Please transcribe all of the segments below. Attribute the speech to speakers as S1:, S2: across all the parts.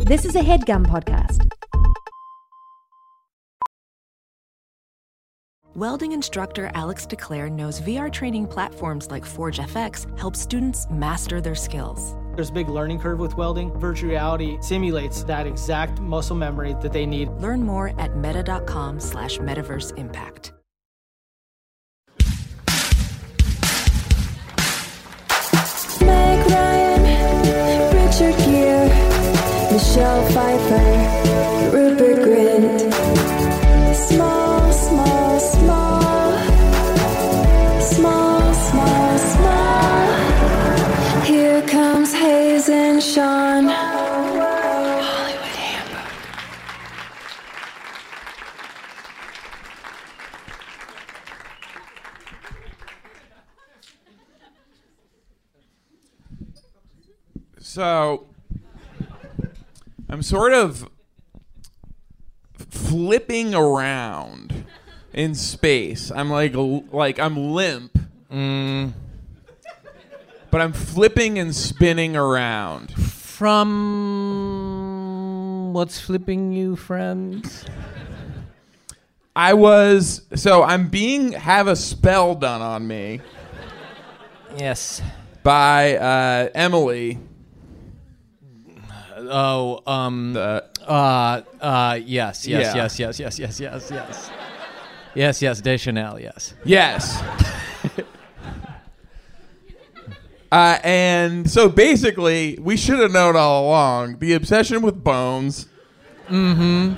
S1: This is a headgum podcast.
S2: Welding instructor Alex DeClaire knows VR training platforms like Forge FX help students master their skills.
S3: There's a big learning curve with welding. Virtual reality simulates that exact muscle memory that they need.
S2: Learn more at meta.com slash metaverse impact.
S4: Meg Ryan, Richard Gere, Michelle Pfeiffer, Rupert Grint. Small, small, small. Small, small, small. Here comes Hayes and Sean. Hollywood Handbook.
S5: So I'm sort of flipping around in space. I'm like l- like I'm limp. But I'm flipping and spinning around.
S3: From what's flipping you, friends?
S5: I was so I'm being have a spell done on me
S3: Yes.
S5: by uh, Emily.
S6: Oh, um,
S5: The,
S6: uh, uh, yes,
S5: Yeah.
S6: yes, yes, yes, yes, yes, yes, yes, yes, yes, Deschanel, yes.
S5: Yes. uh, and so basically, we should have known all along the obsession with bones. Mm-hmm.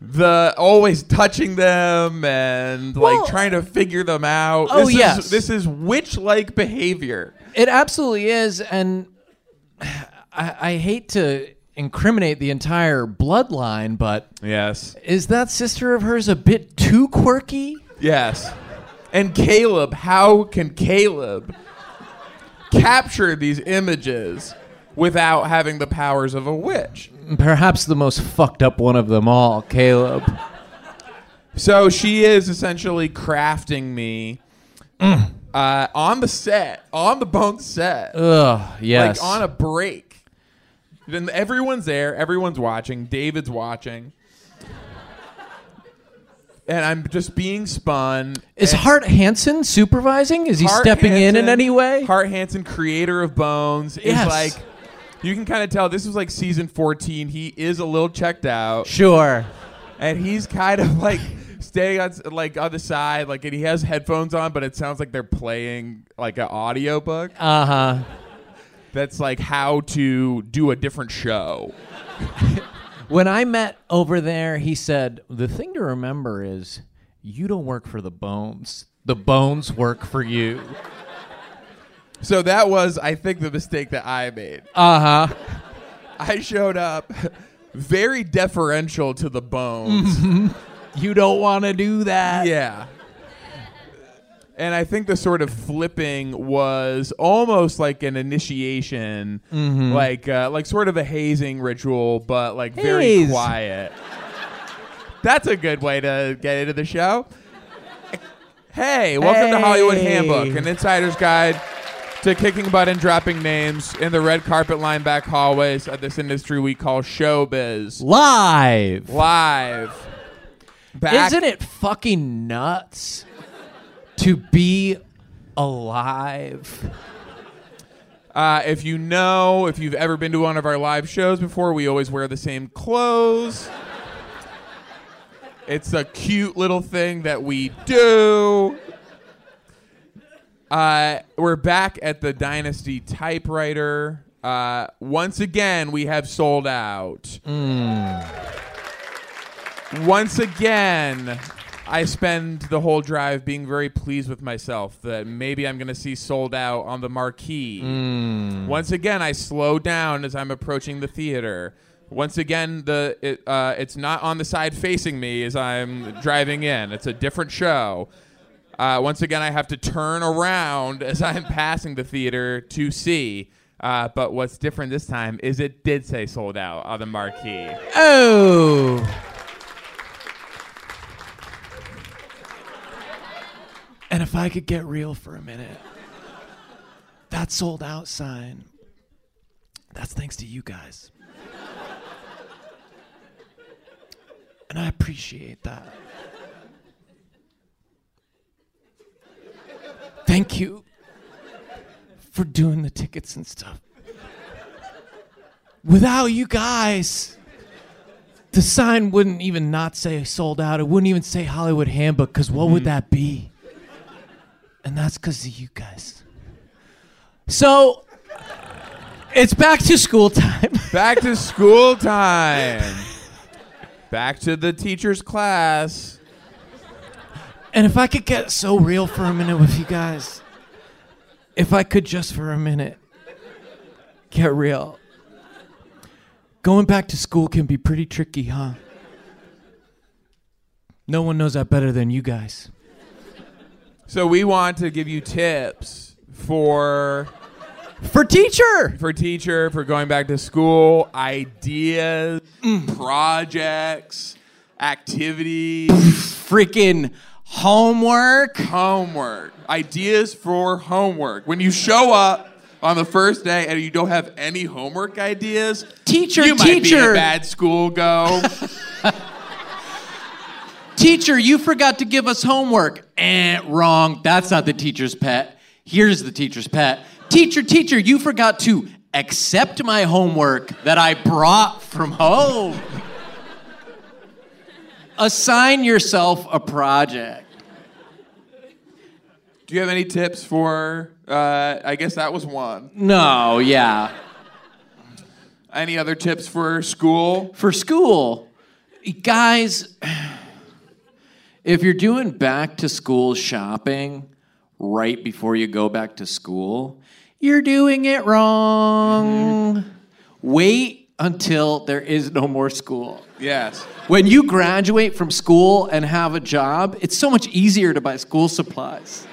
S5: The always touching them and
S6: Well-
S5: like trying to figure them out.
S6: Oh,
S5: this
S6: yes.
S5: Is, this is witch-like behavior.
S6: It absolutely is, and I, I hate to incriminate the entire bloodline, but
S5: Yes.
S6: is that sister of hers a bit too quirky?
S5: Yes. And Caleb, how can Caleb capture these images without having the powers of a witch?
S6: Perhaps the most fucked up one of them all, Caleb.
S5: So she is essentially crafting me
S6: Mm.
S5: uh, on the set, on the bone set,
S6: Ugh, yes.
S5: like on a break. Then everyone's there, everyone's watching, David's watching. And I'm just being spun.
S6: is
S5: And
S6: Hart Hansen supervising? Is he
S5: Hart
S6: stepping in in
S5: Hansen-
S6: any way?
S5: Hart Hansen, creator of Bones,
S6: Yes.
S5: is like, you can kind of tell this was like season 14. He is a little checked out.
S6: sure.
S5: and he's kind of like staying on s- like on the side like and he has headphones on but it sounds like they're playing like an audiobook
S6: Uh huh.
S5: that's like how to do a different show
S6: When I met over there, he said, The thing to remember is you don't work for the bones. The bones work for you.
S5: so that was i think the mistake that i made
S6: Uh huh.
S5: i showed up very deferential to the bones
S6: You don't want to do that.
S5: yeah and i think the sort of flipping was almost like an initiation
S6: Mm-hmm.
S5: like uh, like sort of a hazing ritual but like very
S6: Haze.
S5: quiet that's a good way to get into the show hey welcome to hollywood
S6: Hey.
S5: handbook an insider's guide to kicking butt and dropping names in the red carpet line back hallways of this industry we call showbiz
S6: Live.
S5: live back
S6: Isn't it fucking nuts to be alive?
S5: Uh, if you know, if you've ever been to one of our live shows before, we always wear the same clothes. It's a cute little thing that we do. Uh, we're back at the Dynasty typewriter. Uh, once again, we have sold out. Once again, I spend the whole drive being very pleased with myself that maybe I'm going to see sold out on the marquee. Once again, I slow down as I'm approaching the theater. Once again, the it, uh, it's not on the side facing me as I'm driving in. It's a different show. Uh, once again, I have to turn around as I'm passing the theater to see. Uh, but what's different this time is it did say sold out on the marquee.
S6: Oh. And if I could get real for a minute, that sold out sign, that's thanks to you guys. and I appreciate that. Thank you for doing the tickets and stuff. Without you guys, the sign wouldn't even not say sold out. It wouldn't even say Hollywood Handbook, because what would that be? And that's because of you guys. So it's back to school time.
S5: Back to school time. Back to the teacher's class.
S6: And if I could get so real for a minute with you guys, if I could just for a minute get real. Going back to school can be pretty tricky, huh? No one knows that better than you guys.
S5: So we want to give you tips for
S6: For teacher!
S5: for teacher for going back to school, ideas, projects, activities,
S6: Freaking homework.
S5: homework. Ideas for homework. When you show up on the first day and you don't have any homework ideas,
S6: Teacher,
S5: you might be
S6: teacher.
S5: a bad school go.
S6: Teacher, you forgot to give us homework. Eh, wrong. That's not the teacher's pet. Here's the teacher's pet. Teacher, teacher, you forgot to accept my homework that I brought from home. Assign yourself a project.
S5: Do you have any tips for? Uh, I guess that was one.
S6: No, yeah.
S5: Any other tips for school?
S6: For school, guys, if you're doing back to school shopping right before you go back to school, you're doing it wrong. Wait until there is no more school.
S5: Yes.
S6: When you graduate from school and have a job, it's so much easier to buy school supplies.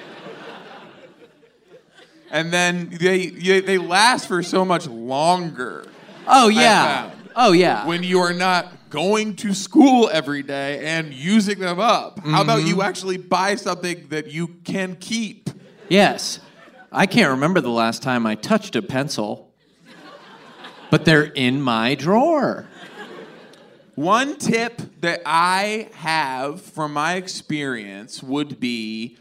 S5: And then they they they last for so much longer
S6: Oh,
S5: found.
S6: yeah. Oh, yeah.
S5: when you are not going to school every day and using them up. How about you actually buy something that you can keep?
S6: Yes. I can't remember the last time I touched a pencil, but they're in my drawer.
S5: One tip that I have from my experience would be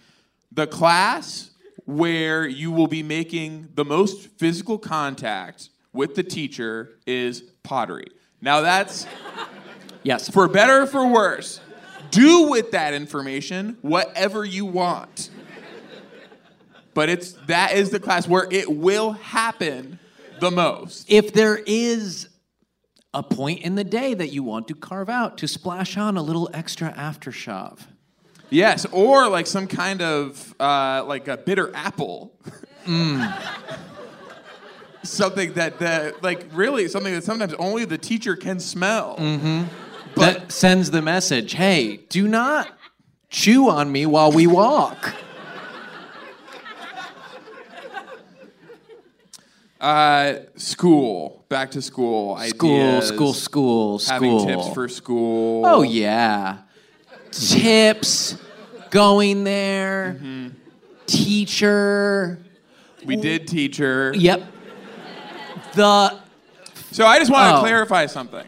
S5: the class where you will be making the most physical contact with the teacher is pottery. Now, that's
S6: Yes.
S5: for better or for worse. Do with that information whatever you want. But it's that is the class where it will happen the most.
S6: if there is a point in the day that you want to carve out to splash on a little extra aftershave.
S5: Yes, or like some kind of uh, like a bitter apple. Mm. something that that like really something that sometimes only the teacher can smell.
S6: Mm.
S5: But-
S6: that sends the message, "Hey, do not chew on me while we walk."
S5: Uh, school, back to school,
S6: School,
S5: ideas,
S6: school, school, school.
S5: having tips for school.
S6: Oh yeah. Tips going there.
S5: Mm-hmm.
S6: Teacher.
S5: We did teacher.
S6: Yep. The
S5: So I just want to
S6: Oh.
S5: clarify something.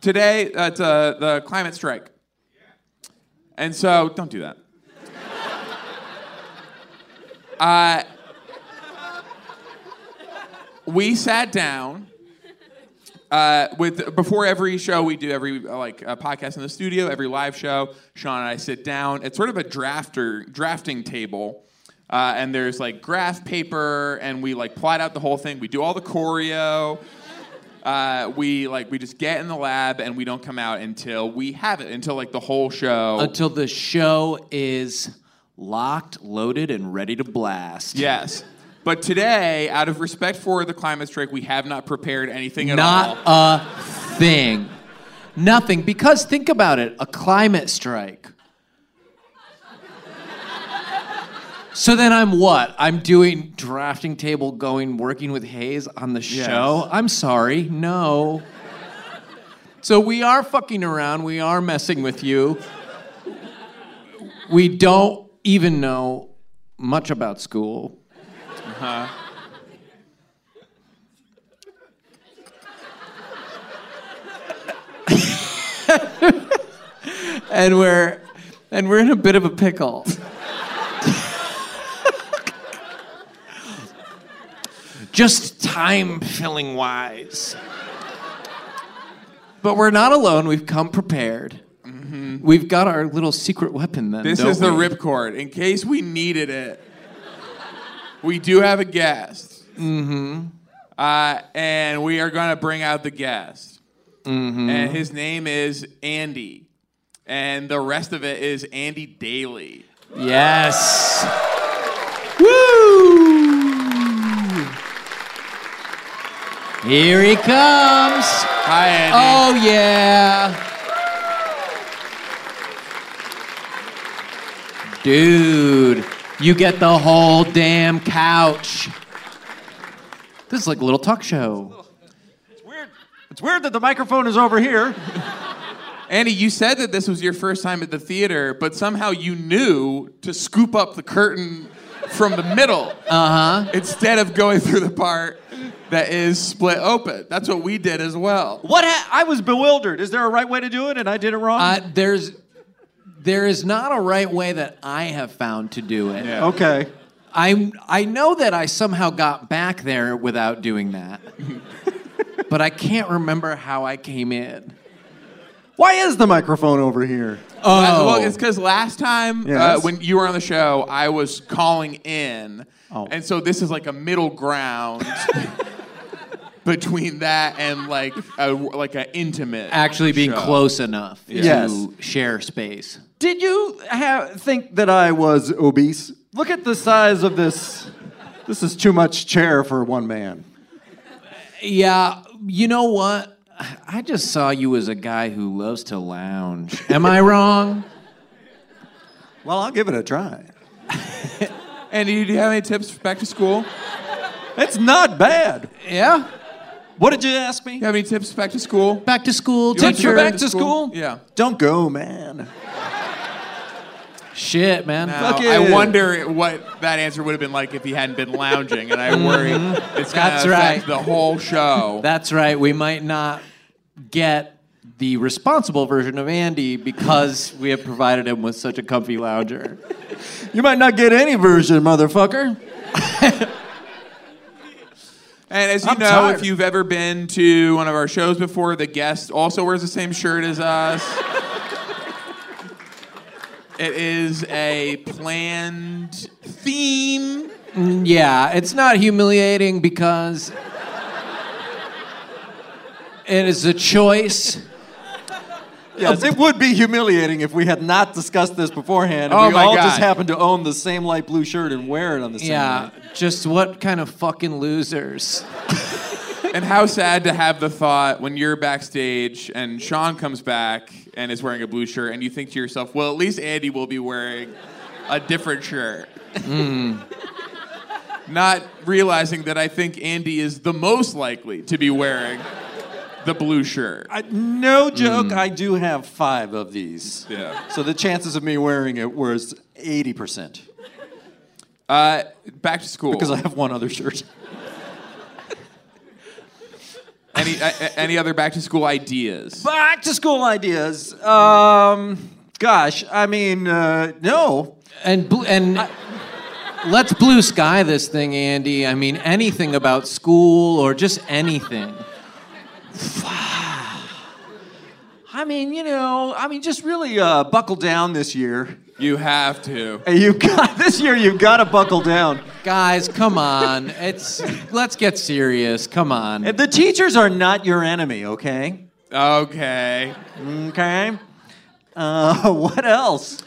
S5: Today, uh, it's uh, the climate strike. And so, don't do that. uh, we sat down uh, with before every show we do every uh, like uh, podcast in the studio, every live show. Sean and I sit down. It's sort of a drafter drafting table, uh, and there's like graph paper, and we like plot out the whole thing. We do all the choreo. Uh, we like we just get in the lab and we don't come out until we have it until like the whole show.
S6: until the show is locked, loaded, and ready to blast.
S5: yes. But today, out of respect for the climate strike, we have not prepared anything at all.
S6: Not a thing. Nothing. Because think about it a climate strike. So then I'm what? I'm doing drafting table going, working with Hayes on the show? I'm sorry. No. So we are fucking around. We are messing with you. We don't even know much about school. and we're and we're in a bit of a pickle. Just time filling wise. But we're not alone. We've come prepared. We've got our little secret weapon then.
S5: This
S6: don't
S5: is the
S6: we?
S5: ripcord in case we needed it. We do have a guest. Mm-hmm. Uh, and we are going to bring out the guest. Mm-hmm. And his name is Andy. And the rest of it is Andy Daly.
S6: Yes. Woo! Here he comes.
S5: Hi, Andy.
S6: Oh yeah. Dude, you get the whole damn couch. This is like a little talk show.
S7: It's weird. It's weird that the microphone is over here.
S5: Andy, you said that this was your first time at the theater, but somehow you knew to scoop up the curtain from the middle
S6: Uh-huh.
S5: instead of going through the part that is split open. That's what we did as well.
S7: What? Ha- I was bewildered. Is there a right way to do it, and I did it wrong?
S6: Uh there's there is not a right way that I have found to do it.
S7: okay.
S6: I I know that I somehow got back there without doing that, but I can't remember how I came in.
S7: Why is the microphone over here?
S5: Uh, well, it's because last time uh,
S7: Yes.
S5: when you were on the show, I was calling in, and so this is like a middle ground between that and like a, like an intimate.
S6: actually being
S5: show.
S6: close enough
S7: Yes.
S6: to share space.
S7: Did you ha think that I was obese? Look at the size of this. This is too much chair for one man.
S6: Yeah, you know what? I just saw you as a guy who loves to lounge. Am I wrong?
S7: Well, I'll give it a try.
S5: Andy, do you have any tips for back to school? Do
S7: It's not bad.
S6: Yeah.
S7: What did you ask me?
S5: you have any tips for back to school?
S6: Back to school,
S5: You want
S6: teacher.
S5: go Yeah.
S7: Yeah. Don't go, man.
S6: Shit, man.
S5: Now,
S7: Fuck
S5: I
S7: it.
S5: wonder what that answer would have been like if he hadn't been lounging, and I worry it's gonna
S6: Mm-hmm. That's
S5: affect
S6: right.
S5: the whole show.
S6: That's right. We might not get the responsible version of Andy because we have provided him with such a comfy lounger.
S7: You might not get any version, motherfucker.
S5: And as you
S7: I'm
S5: know,
S7: tired.
S5: if you've ever been to one of our shows before, the guest also wears the same shirt as us. it is a planned theme.
S6: Yeah, it's not humiliating because it is a choice.
S7: Yes, it would be humiliating if we had not discussed this beforehand and
S5: Oh
S7: we
S5: my
S7: all
S5: God.
S7: just happened to own the same light blue shirt and wear it on the same
S6: Yeah,
S7: night.
S6: just what kind of fucking losers?
S5: And how sad to have the thought when you're backstage and Sean comes back and is wearing a blue shirt, and you think to yourself, well, at least Andy will be wearing a different shirt.
S7: Hmm.
S5: Not realizing that I think Andy is the most likely to be wearing the blue shirt.
S7: I, no joke, I do have five of these.
S5: Yeah.
S7: So the chances of me wearing it was 80%
S5: Uh, back to school.
S7: because I have one other shirt.
S5: any a- any other back to school ideas?
S7: Back to school ideas. Um, gosh, I mean, uh, no.
S6: And bl- and let's blue sky this thing, Andy. I mean, anything about school or just anything.
S7: I mean, you know, I mean, just really uh, buckle down this year.
S5: You have to.
S7: Hey, You've got this year. You've got to buckle down.
S6: Guys, come on. It's let's get serious. Come on.
S7: And The teachers are not your enemy, okay?
S5: Okay.
S7: Okay. Uh, what else?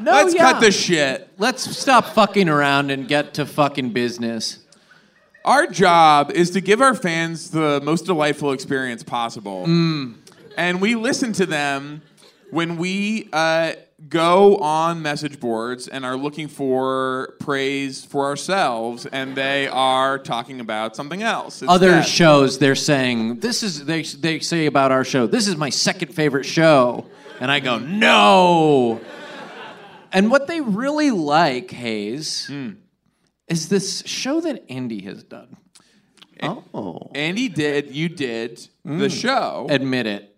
S6: No,
S5: Let's
S6: yeah.
S5: cut the shit.
S6: let's stop fucking around and get to fucking business.
S5: Our job is to give our fans the most delightful experience possible,
S7: Mm.
S5: and we listen to them when we uh, go on message boards and are looking for praise for ourselves, and they are talking about something else.
S6: other
S5: instead.
S6: shows they're saying this is they they say about our show this is my second favorite show and i go no and what they really like hayes
S5: Hmm.
S6: is this show that andy has done
S7: Oh,
S5: eh,
S7: Mm.
S5: Andy did. You did the show.
S6: admit it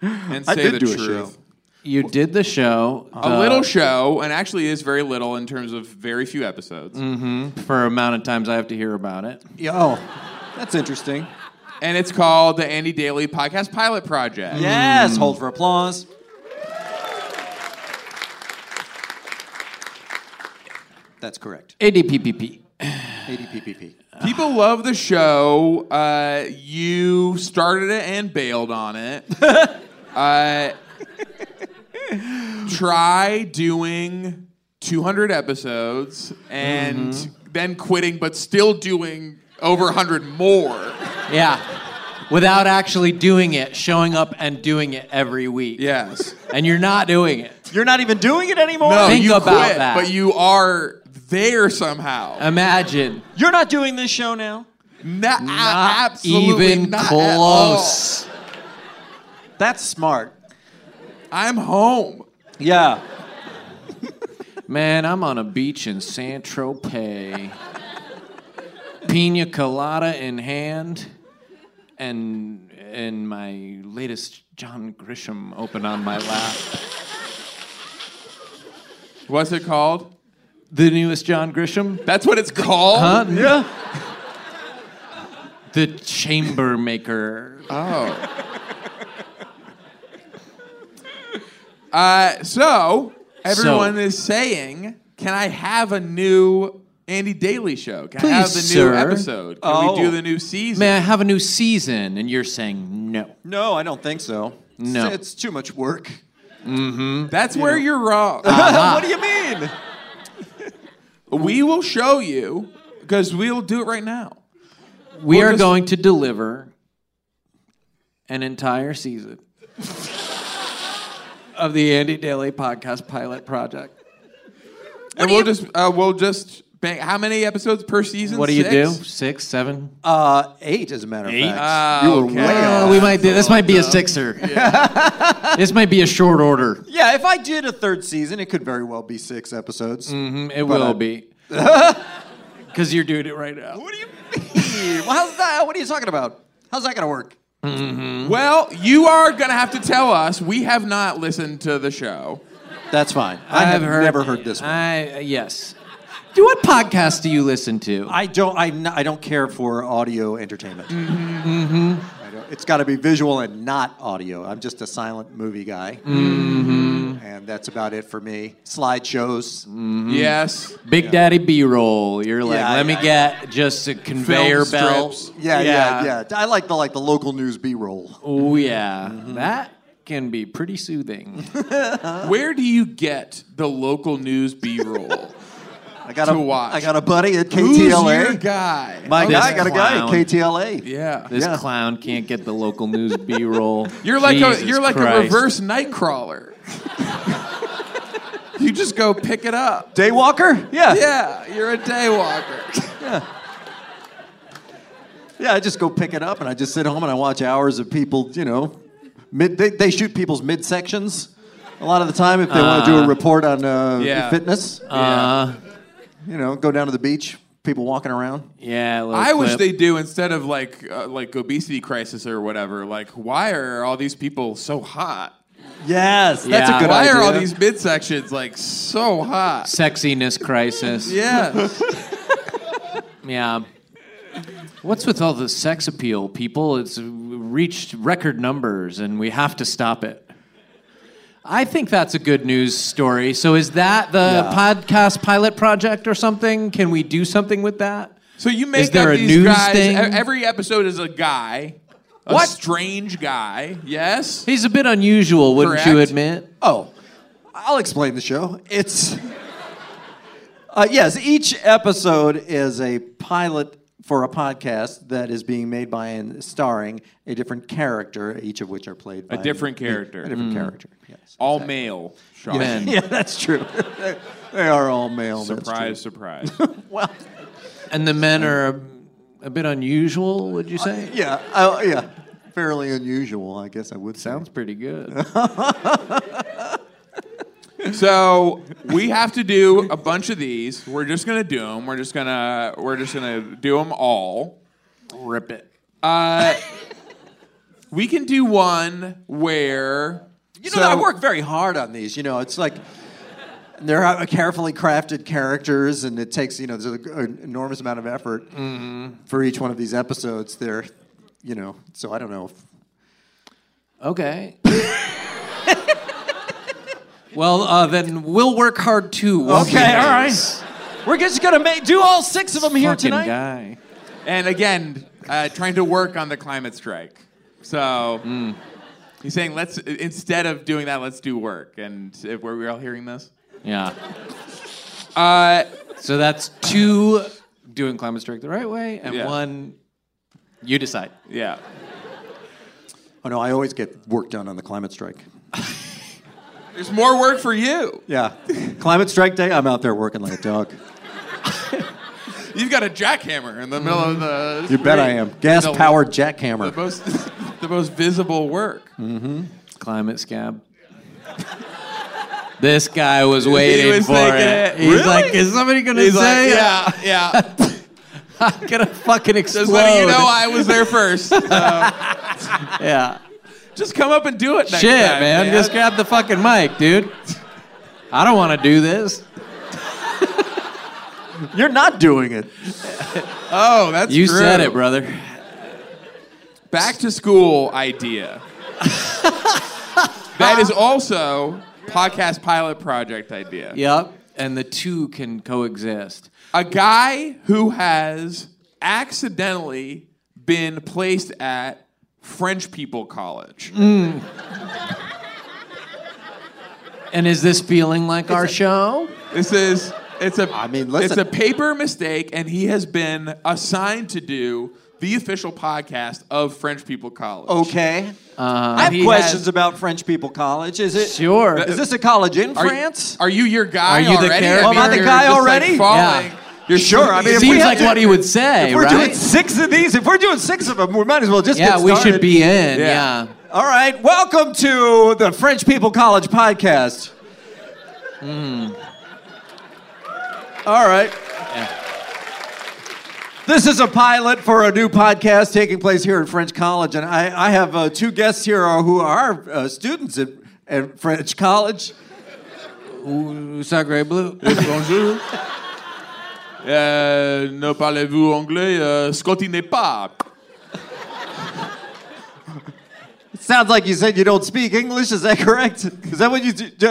S5: and
S7: I
S5: say
S7: did
S5: the
S7: do a
S5: truth.
S7: show.
S6: You did the show.
S5: A little show, and actually is very little in terms of very few episodes.
S6: for amount of times I have to hear about it.
S7: Yeah, oh, that's interesting.
S5: And it's called the Andy Daly Podcast Pilot Project.
S7: Yes, hold for applause. That's correct.
S6: ADPPP.
S7: ADPPP.
S5: People love the show. Uh, you started it and bailed on it. uh, try doing 200 episodes and
S6: Mm-hmm.
S5: then quitting, but still doing over 100 more.
S6: Yeah. Without actually doing it, showing up and doing it every week.
S5: Yes.
S6: And you're not doing it.
S7: You're not even doing it anymore?
S5: No,
S6: Think
S5: you
S6: about
S5: quit,
S6: that.
S5: but you are there somehow.
S6: Imagine.
S7: You're not doing this show now?
S5: Na-
S6: Not
S5: absolutely
S6: even
S5: not at all.
S6: close.
S7: That's smart.
S5: I'm home.
S7: Yeah.
S6: Man, I'm on a beach in San Tropez. Pina colada in hand, and and my latest John Grisham open on my lap.
S5: What's it called?
S6: The newest John Grisham?
S5: That's what it's called.
S6: Huh? Yeah. The chamber maker.
S5: Oh. uh, so everyone
S6: So-
S5: is saying, "Can I have a new Andy Daly show? Can I
S6: Please,
S5: have the new
S6: sir.
S5: episode? Can
S7: Oh.
S5: we do the new season?"
S6: May I have a new season? And you're saying no.
S7: No, I don't think so.
S6: No.
S7: It's, it's too much work.
S5: That's where you're wrong.
S6: Uh-huh.
S5: Uh,
S7: what do you mean?
S5: we will show you because we'll do it right now.
S6: We
S5: We'll
S6: are
S5: just-
S6: going to deliver an entire season of the Andy Daly podcast pilot project.
S5: and we'll just uh, we'll just bang. How many episodes per season?
S6: What do you do?
S5: Six?
S6: Six, seven?
S7: Uh, eight, as a matter of
S6: Eight?
S7: fact. you were
S5: okay.
S7: way
S6: Uh,
S7: off.
S6: we might do, this might be a sixer. this might be a short order.
S7: Yeah, if I did a third season, it could very well be six episodes.
S6: It will be. Because you're doing it right now.
S7: What do you mean? well, how's that? What are you talking about? How's that going to work?
S5: Well, you are gonna have to tell us. We have not listened to the show.
S7: That's fine. I have never heard this one.
S6: I, uh, yes. Do what podcast do you listen to?
S7: I don't. I, n- I don't care for audio entertainment.
S5: Mm-hmm.
S7: Mm-hmm. I don't, it's got to be visual and not audio. I'm just a silent movie guy,
S5: Mm-hmm.
S7: and that's about it for me. Slideshows.
S5: Mm. Yes.
S6: Big Daddy B-roll. You're like,
S7: Yeah,
S6: let me
S7: yeah.
S6: get just a conveyor
S5: Film
S6: belt.
S5: strips.
S7: Yeah, yeah, yeah, I like the like the local news B-roll.
S6: Oh yeah, that can be pretty soothing.
S7: Uh.
S5: Where do you get the local news B roll?
S7: I got
S5: To
S7: a
S5: watch.
S7: I got a buddy at
S5: Who's your
S7: KTLA.
S5: guy?
S7: My
S6: This
S7: guy, I got a guy at
S6: clown.
S7: KTLA.
S5: yeah.
S6: This
S7: Yeah.
S6: clown can't get the local news B-roll.
S5: You're like
S6: Jesus
S5: a you're like a
S6: Christ.
S5: reverse nightcrawler. you just go pick it up.
S7: Daywalker? Yeah.
S5: Yeah, you're a day walker.
S7: Yeah, I just go pick it up and I just sit home and I watch hours of people, you know, mid, they, they shoot people's midsections a lot of the time if they want to do a report on uh,
S5: Yeah.
S7: fitness.
S6: Uh,
S7: You know, go down to the beach, people walking around.
S6: yeah. a little
S5: I wish
S6: clip.
S5: they do instead of like uh, like obesity crisis or whatever. Like, why are all these people so hot?
S7: Yes, that's
S6: Yeah.
S7: a good
S5: why
S7: idea.
S5: are all these midsections like so hot?
S6: sexiness crisis.
S5: Yeah.
S6: Yeah. What's with all the sex appeal, people? It's reached record numbers and we have to stop it. I think that's a good news story. So, is that the podcast pilot project or something? Can we do something with that?
S5: So you make
S6: there
S5: up
S6: a
S5: these
S6: news
S5: guys. e-
S6: thing?
S5: Every episode is a guy. A
S6: What?
S5: strange guy? Yes.
S6: He's a bit unusual, wouldn't you
S5: Correct.
S6: admit?
S7: Oh, I'll explain the show. It's uh, yes, each episode is a pilot for a podcast that is being made by and starring a different character, each of which are played by
S5: different character.
S7: A different character. Yes.
S5: All male. Sean.
S6: Men.
S7: Yeah, that's true. they are all male. that's
S5: Surprise, surprise.
S7: true. Well,
S6: And the men are a, a bit unusual, would you say?
S7: yeah, I, yeah, fairly unusual, I guess I would say.
S6: Sounds pretty good.
S5: so we have to do a bunch of these. We're just gonna do them. We're just gonna we're just gonna do them all.
S6: Rip it.
S5: Uh, We can do one where
S7: You know, I work very hard on these. You know, it's like they're uh, carefully crafted characters, and it takes you know there's an enormous amount of effort for each one of these episodes. They're, you know, so I don't know. If,
S6: Okay. well, uh, then we'll work hard too. won't we?
S7: Okay, all right. We're just gonna make, do all six of them here
S6: Fucking
S7: tonight.
S6: guy.
S5: And again, uh, trying to work on the climate strike. So
S6: Mm.
S5: he's saying, let's instead of doing that, let's do work. And if were we all hearing this?
S6: Yeah. Uh, so that's two doing climate strike the right way, and
S5: Yeah.
S6: one you decide.
S5: Yeah.
S7: Oh no, I always get work done on the climate strike.
S5: There's more work for you.
S7: Yeah, climate strike day. I'm out there working like a dog.
S5: You've got a jackhammer in the middle of the.
S7: You bet I am.
S5: street.
S7: Gas
S5: The-
S7: powered
S5: The
S7: jackhammer.
S5: most, the most visible work.
S6: Mm-hmm. Climate scab. this guy was waiting
S5: was
S6: for
S5: thinking
S6: it.
S5: it.
S6: He's
S5: Really?
S6: like, is somebody gonna
S5: He's
S6: say?
S5: like,
S6: it?
S5: yeah, yeah.
S6: I'm gonna fucking explode.
S5: Just letting you know I was there first. So
S6: yeah.
S5: just come up and do it. Next
S6: Shit,
S5: time,
S6: man. Just grab the fucking mic, dude. I don't want to do this.
S7: You're not doing it.
S5: oh, that's
S6: You
S5: true.
S6: said it, brother.
S5: back to school idea. that is also podcast pilot project idea.
S6: Yep. And the two can coexist.
S5: A guy who has accidentally been placed at French people college.
S6: And is this feeling like our show?
S5: This is it's a
S7: I mean, listen.
S5: it's a paper mistake and he has been assigned to do the official podcast of French people college.
S7: Okay. I
S6: Uh, he
S7: have questions
S6: has-
S7: about French people college. Is it
S6: Sure.
S7: Is this a college in
S5: Are-
S7: France?
S5: Are you your guy
S6: Are you the
S5: already?
S6: character?
S5: I mean,
S6: Am I the
S5: you're
S7: guy
S5: just, like,
S7: already?
S5: falling.
S6: Yeah.
S7: You're sure? I mean,
S6: it
S7: if we
S6: seems
S7: have
S6: like
S7: to-
S6: what he would say,
S7: If we're
S6: right?
S7: doing six of these, if we're doing six of them, we might as well just
S6: yeah,
S7: get
S6: we
S7: started.
S6: should be in. Yeah.
S5: Yeah.
S7: All right, welcome to the French People College podcast. Hmm. All right. This is a pilot for a new podcast taking place here at French College, and I, I have uh, two guests here who are uh, students at, at French College.
S6: Ooh, Sacre Blue.
S5: Bonjour. Euh, ne parlez-vous anglais? Euh, Scottinez pas.
S7: Sounds like you said you don't speak English. Is that correct? Is that what you do? Uh,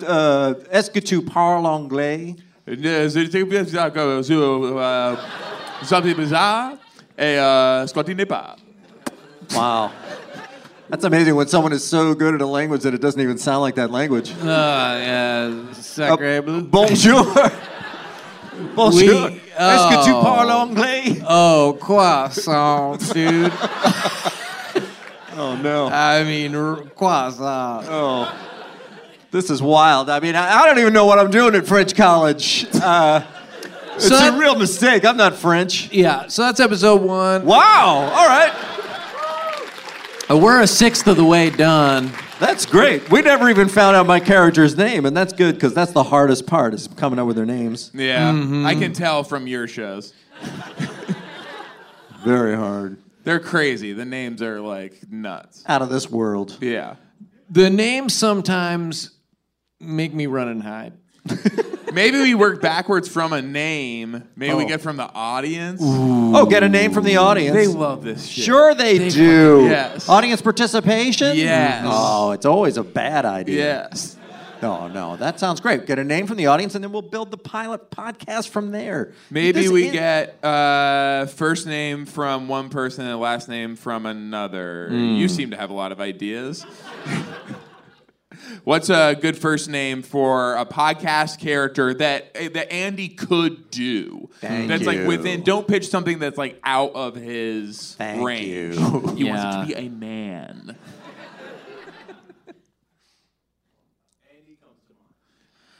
S7: uh, uh, Est-ce que tu parles anglais?
S5: Euh, C'était bien bizarre comme sur, euh, something bizarre et euh, Scottinez pas.
S7: Wow. That's amazing when someone is so good at a language that it doesn't even sound like that language. Uh,
S6: Uh, yeah, Sacre Bleu.
S7: Bonjour. Bonjour.
S6: Oui.
S7: Est-ce que tu
S6: Oh.
S7: parles anglais?
S6: Oh, croissant, dude.
S7: Oh, no.
S6: I mean, r- croissant.
S7: Oh. This is wild. I mean, I, I don't even know what I'm doing at French college. Uh, it's
S6: So that-
S7: a real mistake. I'm not French.
S6: Yeah, so that's episode one.
S7: Wow. All right.
S6: Uh, We're a sixth of the way done.
S7: That's great. We never even found out my character's name, and that's good because that's the hardest part is coming up with their names.
S5: Yeah,
S7: Mm-hmm.
S5: I can tell from your shows.
S7: Very hard.
S5: They're crazy. The names are like nuts.
S7: Out of this world.
S5: Yeah.
S6: The names sometimes make me run and hide.
S5: Maybe we work backwards from a name. Maybe we
S7: Oh.
S5: get from the audience.
S7: Oh, get a name from the audience.
S5: They love this shit.
S7: Sure, they, do.
S5: fucking- yes.
S7: Audience participation?
S5: Yes.
S7: Oh, it's always a bad idea.
S5: Yes.
S7: No, no, that sounds great. Get a name from the audience, and then we'll build the pilot podcast from there.
S5: Maybe
S7: This
S5: we
S7: is-
S5: get uh, first name from one person and last name from another.
S7: Hmm.
S5: You seem to have a lot of ideas. What's a good first name for a podcast character that eh, that Andy could do?
S7: Thank
S5: that's like
S7: you.
S5: within. Don't pitch something that's like out of his
S7: Thank
S5: range.
S7: you.
S5: He wants it
S6: Yeah.
S5: to be a man.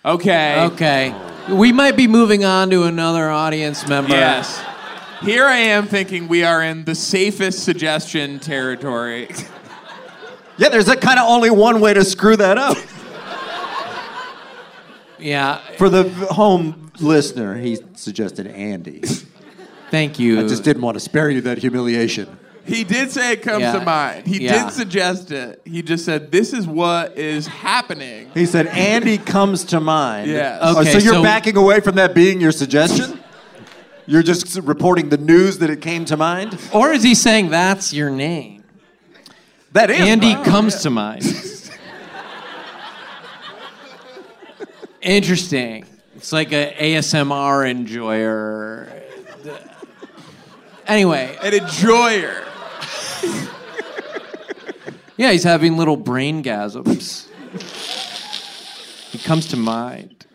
S5: Okay.
S6: Okay. We might be moving on to another audience member.
S5: Yes. Here I am thinking we are in the safest suggestion territory.
S7: Yeah, there's a kind of only one way to screw that up
S6: Yeah.
S7: for the home listener. He suggested Andy.
S6: Thank you.
S7: I just didn't want to spare you that humiliation.
S5: He did say it comes
S6: Yeah.
S5: to mind. He
S6: Yeah.
S5: did suggest it. He just said, "This is what is happening."
S7: He said, Andy comes to mind.
S5: Yes.
S7: Oh,
S6: Okay,
S7: so you're
S6: so-
S7: backing away from that being your suggestion? You're just reporting the news that it came to mind?
S6: Or is he saying that's your name?
S7: That is.
S6: Andy
S7: mine.
S6: comes to mind. Interesting. It's like a ASMR enjoyer. Anyway,
S5: An enjoyer.
S6: yeah, he's having little brain gasms. He comes to mind.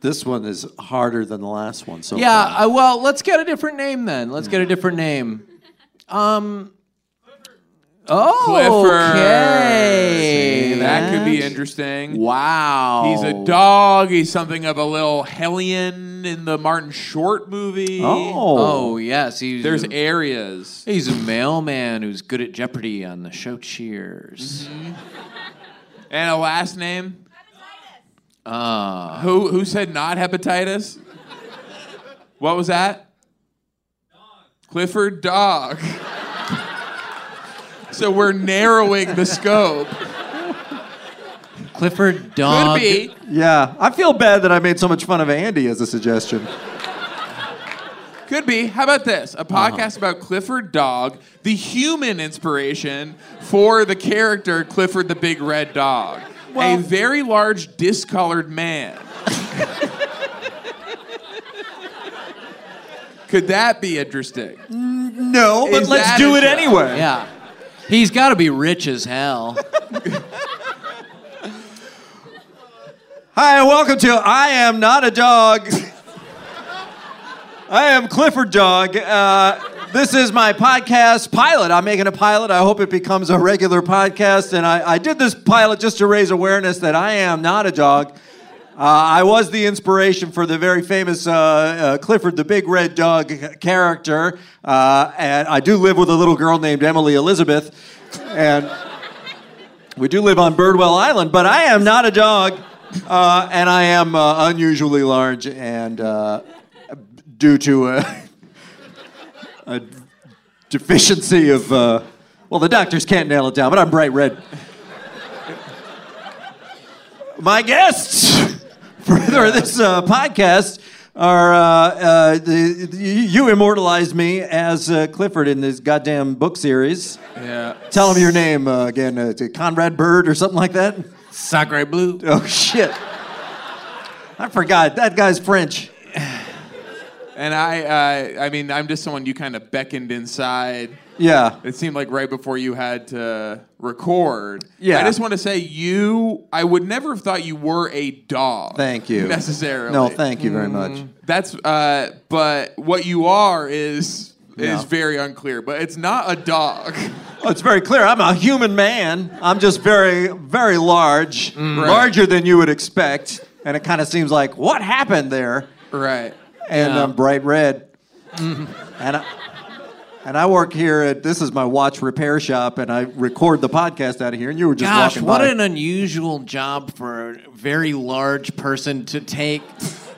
S7: This one is harder than the last one. So far.
S6: Yeah, uh, well, let's get a different name then. Let's get a different name. Um. Oh,
S5: Clifford.
S6: okay.
S5: See, that could be interesting.
S6: Wow.
S5: He's a dog. He's something of a little hellion in the Martin Short movie.
S7: Oh.
S6: Oh yes, he's
S5: There's
S6: a,
S5: areas.
S6: he's a mailman who's good at Jeopardy on the show Cheers.
S5: And a last name?
S6: Uh,
S5: Who who said not hepatitis? What was that? Clifford Dog. so we're narrowing the scope.
S6: Clifford
S5: Could
S6: Dog.
S5: be.
S7: Yeah. I feel bad that I made so much fun of Andy as a suggestion.
S5: Could be. How about this?
S7: Uh-huh.
S5: A podcast about Clifford Dog, the human inspiration for the character Clifford the Big Red Dog. a very large discolored man. Could that be interesting?
S7: No, but
S5: Is
S7: let's
S5: that
S7: do
S5: a
S7: it
S5: show?
S7: anyway.
S6: Yeah, he's got to be rich as hell.
S7: Hi, and welcome to I Am Not a Dog. I am Clifford Dog. Uh, this is my podcast pilot. I'm making a pilot. I hope it becomes a regular podcast. And I, I did this pilot just to raise awareness that I am not a dog. Uh, I was the inspiration for the very famous uh, uh, Clifford the Big Red Dog character. Uh, and I do live with a little girl named Emily Elizabeth. And. We do live on Birdwell Island, but I am not a dog, uh, and I am uh, unusually large, and uh, due to a, a deficiency of, uh, well, the doctors can't nail it down, but I'm bright red. My guests for this uh, podcast are uh, uh, the, the- you immortalized me as uh, Clifford in this goddamn book series.
S5: Yeah.
S7: Tell him your name uh, again. Uh, is it Conrad Bird or something like that?
S6: Sacre bleu.
S7: Oh, shit. I forgot. That guy's French.
S5: And I, uh, I mean, I'm just someone you kind of beckoned inside.
S7: Yeah.
S5: It seemed like right before you had to record.
S7: Yeah.
S5: I just want to say you, I would never have thought you were a dog.
S7: Thank you.
S5: Necessarily. Mm.
S7: No, thank you very much.
S5: That's, uh, but what you are is
S7: Yeah.
S5: is very unclear. But it's not a dog.
S7: Oh, it's very clear. I'm a human man. I'm just very, very large,
S5: Mm. Right.
S7: larger than you would expect. And it kind of seems like, what happened there?
S5: right.
S7: and I'm bright red.
S5: Mm.
S7: and I, and I work here at this is my watch repair shop, and I record the podcast out of here. And you were just
S6: Gosh,
S7: walking
S6: what
S7: by.
S6: an unusual job for a very large person to take,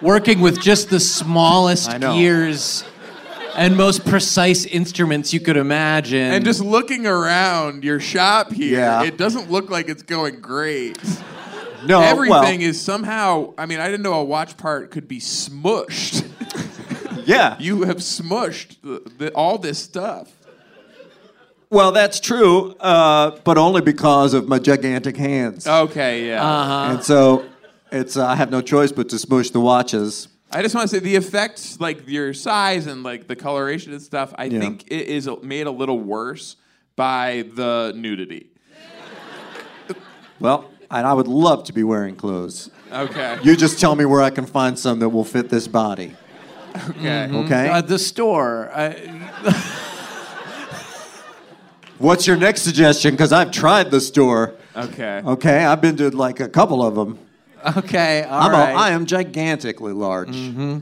S6: working with just the smallest
S7: I know.
S6: gears and most precise instruments you could imagine.
S5: And just looking around your shop here,
S7: Yeah.
S5: it doesn't look like it's going great.
S7: no,
S5: Everything
S7: well,
S5: is somehow, I mean, I didn't know a watch part could be smushed.
S7: yeah.
S5: you have smushed the, the, all this stuff.
S7: well, that's true, uh, but only because of my gigantic hands.
S6: Oh.
S5: Okay, yeah.
S7: And so, it's uh, I have no choice but to smoosh the watches.
S5: I just want to say the effects, like your size and like the coloration and stuff, I
S7: Yeah.
S5: think it is made a little worse by the nudity.
S7: Well, and I would love to be wearing clothes.
S5: Okay.
S7: You just tell me where I can find some that will fit this body.
S5: okay.
S7: Okay.
S6: uh, the store. Uh, I,
S7: What's your next suggestion? Because I've tried the store.
S5: Okay.
S7: Okay, I've been to like a couple of them.
S6: okay, all
S7: I'm a,
S6: right. Mm-hmm.
S7: I am gigantically large.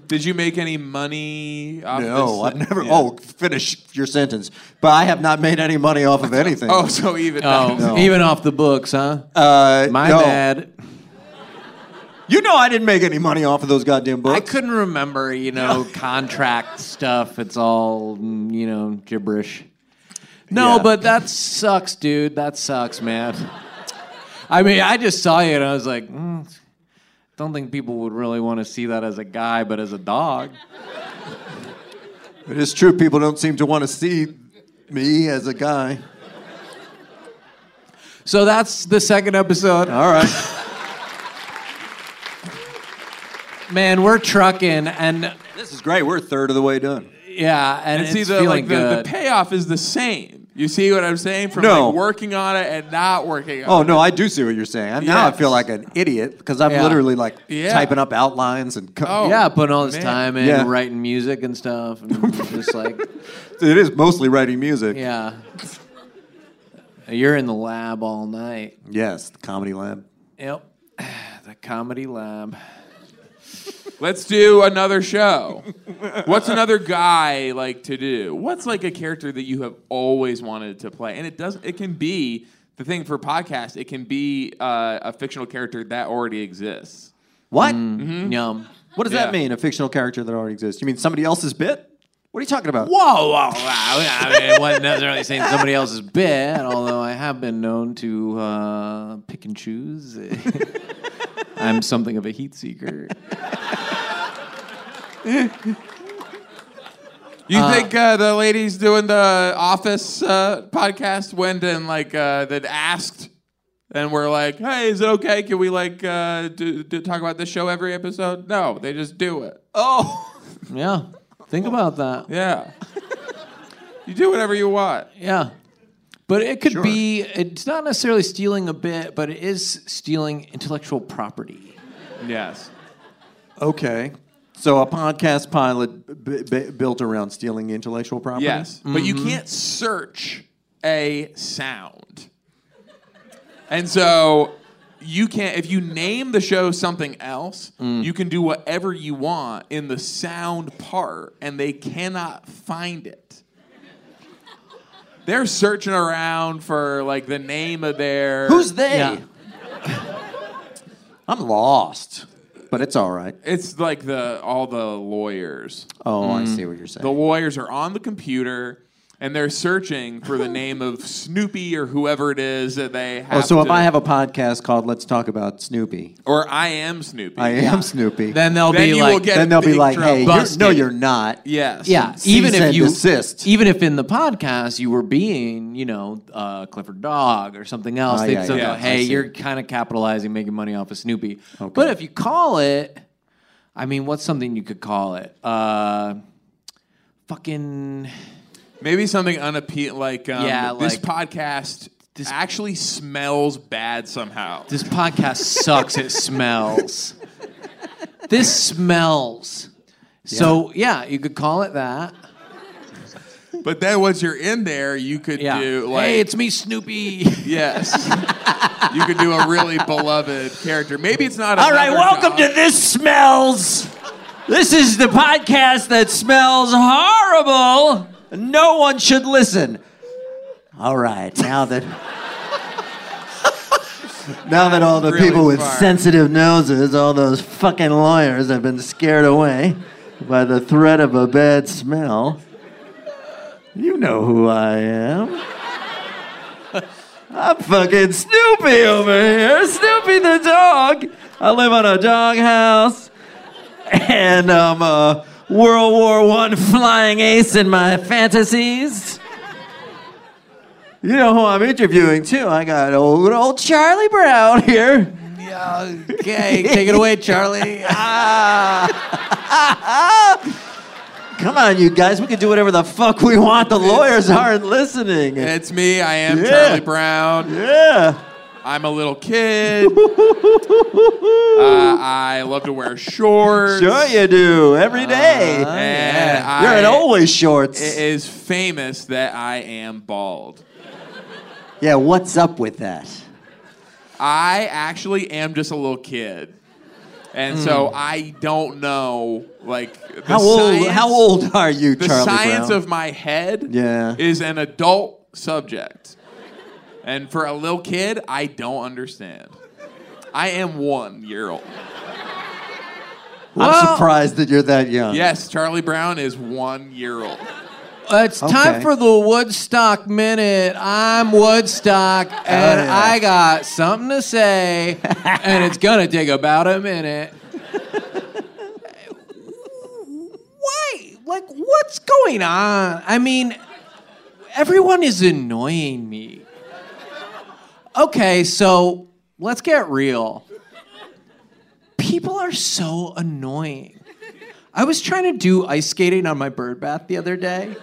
S5: Did you make any money off
S7: No,
S5: this?
S7: I've never. Oh, finish your sentence. But I have not made any money off of anything.
S5: Oh, so even.
S6: Oh,
S7: No.
S6: even off the books, huh?
S7: uh,
S6: My
S7: no.
S6: bad.
S7: You know I didn't make any money off of those goddamn books.
S6: I couldn't remember, you know, contract stuff. It's all, mm, you know, gibberish. No,
S7: Yeah.
S6: but that sucks, dude. That sucks, man. I mean, I just saw you and I was like, mm, don't think people would really want to see that as a guy, but as a dog.
S7: It is true. People don't seem to want to see me as a guy.
S6: So that's the second episode.
S7: All right.
S6: Man, we're trucking and
S7: this is great. We're a third of the way done.
S6: yeah, and,
S5: And see,
S6: it's
S5: the,
S6: feeling
S5: like, the, the
S6: good.
S5: payoff is the same. You see what I'm saying? From
S7: No.
S5: like working on it and not working on
S7: Oh
S5: it.
S7: no, I do see what you're saying. I- Now I
S5: Yes.
S7: feel like an idiot because I'm
S6: Yeah.
S7: literally like
S5: Yeah.
S7: typing up outlines and. Co-
S5: Oh.
S6: yeah, putting all this
S5: man.
S6: time in,
S7: Yeah.
S6: writing music and stuff, and just like
S7: It is mostly writing music.
S6: yeah. You're in the lab all night.
S7: Yes, the comedy lab.
S6: Yep. The comedy lab.
S5: Let's do another show. What's another guy like to do? What's like a character that you have always wanted to play? And it doesn't. It can be the thing for podcast. It can be uh, a fictional character that already exists.
S7: What?
S6: Yum.
S7: What does
S5: Yeah.
S7: that mean? A fictional character that already exists? You mean somebody else's bit? What are you talking about?
S6: Whoa, whoa, wow. I mean, it wasn't necessarily saying somebody else's bit, although I have been known to uh, pick and choose. I'm something of a heat seeker.
S5: You think uh, the ladies doing the Office uh, podcast went and like uh, that asked, and were like, "Hey, is it okay? Can we like uh, do, do talk about this show every episode?" No, they just do it.
S7: Oh,
S6: Yeah. Think about that.
S5: Yeah, you do whatever you want.
S6: Yeah. But it could be, it's not necessarily stealing a bit, but it is stealing intellectual property.
S5: Yes.
S7: okay. So a podcast pilot b- b- built around stealing intellectual property.
S5: Yes, but you can't search a sound. And so you can't if you name the show something else,
S7: Mm.
S5: you can do whatever you want in the sound part and they cannot find it. They're searching around for like the name of their
S7: Who's they?
S6: Yeah.
S7: I'm lost, but it's all right.
S5: It's like the all the lawyers.
S7: Oh, I
S6: Mm.
S7: see what you're saying.
S5: The lawyers are on the computer and they're searching for the name of Snoopy or whoever it is that they
S7: oh,
S5: have.
S7: so if
S5: to-
S7: I have a podcast called "Let's Talk About Snoopy,"
S5: or I am Snoopy.
S7: I am Snoopy.
S6: Then they'll
S5: Then
S6: be
S5: you
S6: like,
S5: will get-
S7: then they'll be
S5: big
S7: like,
S5: trouble.
S7: "Hey, you're, no,
S6: Busted.
S7: you're not."
S5: yes.
S6: yeah,
S7: cease
S6: even if
S7: and
S6: you,
S7: desist.
S6: even if in the podcast you were being, you know, uh, Clifford Dog or something else,
S7: Ah,
S6: they'd
S7: yeah,
S6: still
S5: yeah.
S6: go,
S5: I
S6: hey,
S7: see.
S6: you're kind of capitalizing, making money off of Snoopy.
S7: Okay.
S6: But if you call it, I mean, what's something you could call it? Uh, fucking.
S5: Maybe something unappealing like um,
S6: Yeah,
S5: this
S6: like-
S5: podcast
S6: This-
S5: actually smells bad somehow.
S6: This podcast sucks. It smells. This smells. So yeah, you could call it that.
S5: but then once you're in there, you could
S6: Yeah.
S5: do like
S6: hey, it's me, Snoopy.
S5: yes. you could do a really beloved character. Maybe it's not
S6: All right, welcome to this smells. This is the podcast that smells horrible.
S7: No one should listen. All right, now that now that all the
S5: Really
S7: people with
S5: far.
S7: sensitive noses, all those fucking lawyers, have been scared away by the threat of a bad smell. You know who I am. I'm fucking Snoopy over here, Snoopy the dog. I live on a doghouse, and I'm a World War One flying ace in my fantasies. You know who I'm interviewing too? I got old old Charlie Brown here.
S6: Okay, take it away, Charlie.
S7: Come on, you guys, we can do whatever the fuck we want. The lawyers aren't listening.
S5: It's me. I am
S7: Yeah.
S5: Charlie Brown.
S7: Yeah.
S5: I'm a little kid. uh, I love to wear shorts.
S7: Sure you do. Every day.
S5: And Uh, I-
S7: You're in always shorts.
S5: It is famous that I am bald.
S7: yeah, what's up with that?
S5: I actually am just a little kid. And so I don't know, like the
S7: Hmm. How old
S5: Science,
S7: how old are you,
S5: The
S7: Charlie
S5: science
S7: Brown?
S5: of my head
S7: Yeah.
S5: is an adult subject, and for a little kid, I don't understand. I am one year old.
S7: I'm surprised that you're that young.
S5: Yes, Charlie Brown is one year old.
S6: Uh, It's time
S7: Okay.
S6: for the Woodstock Minute. I'm Woodstock, and
S7: Oh, yeah.
S6: I got something to say, and it's gonna take about a minute. Why? Like, what's going on? I mean, everyone is annoying me. Okay, so let's get real. People are so annoying. I was trying to do ice skating on my bird bath the other day.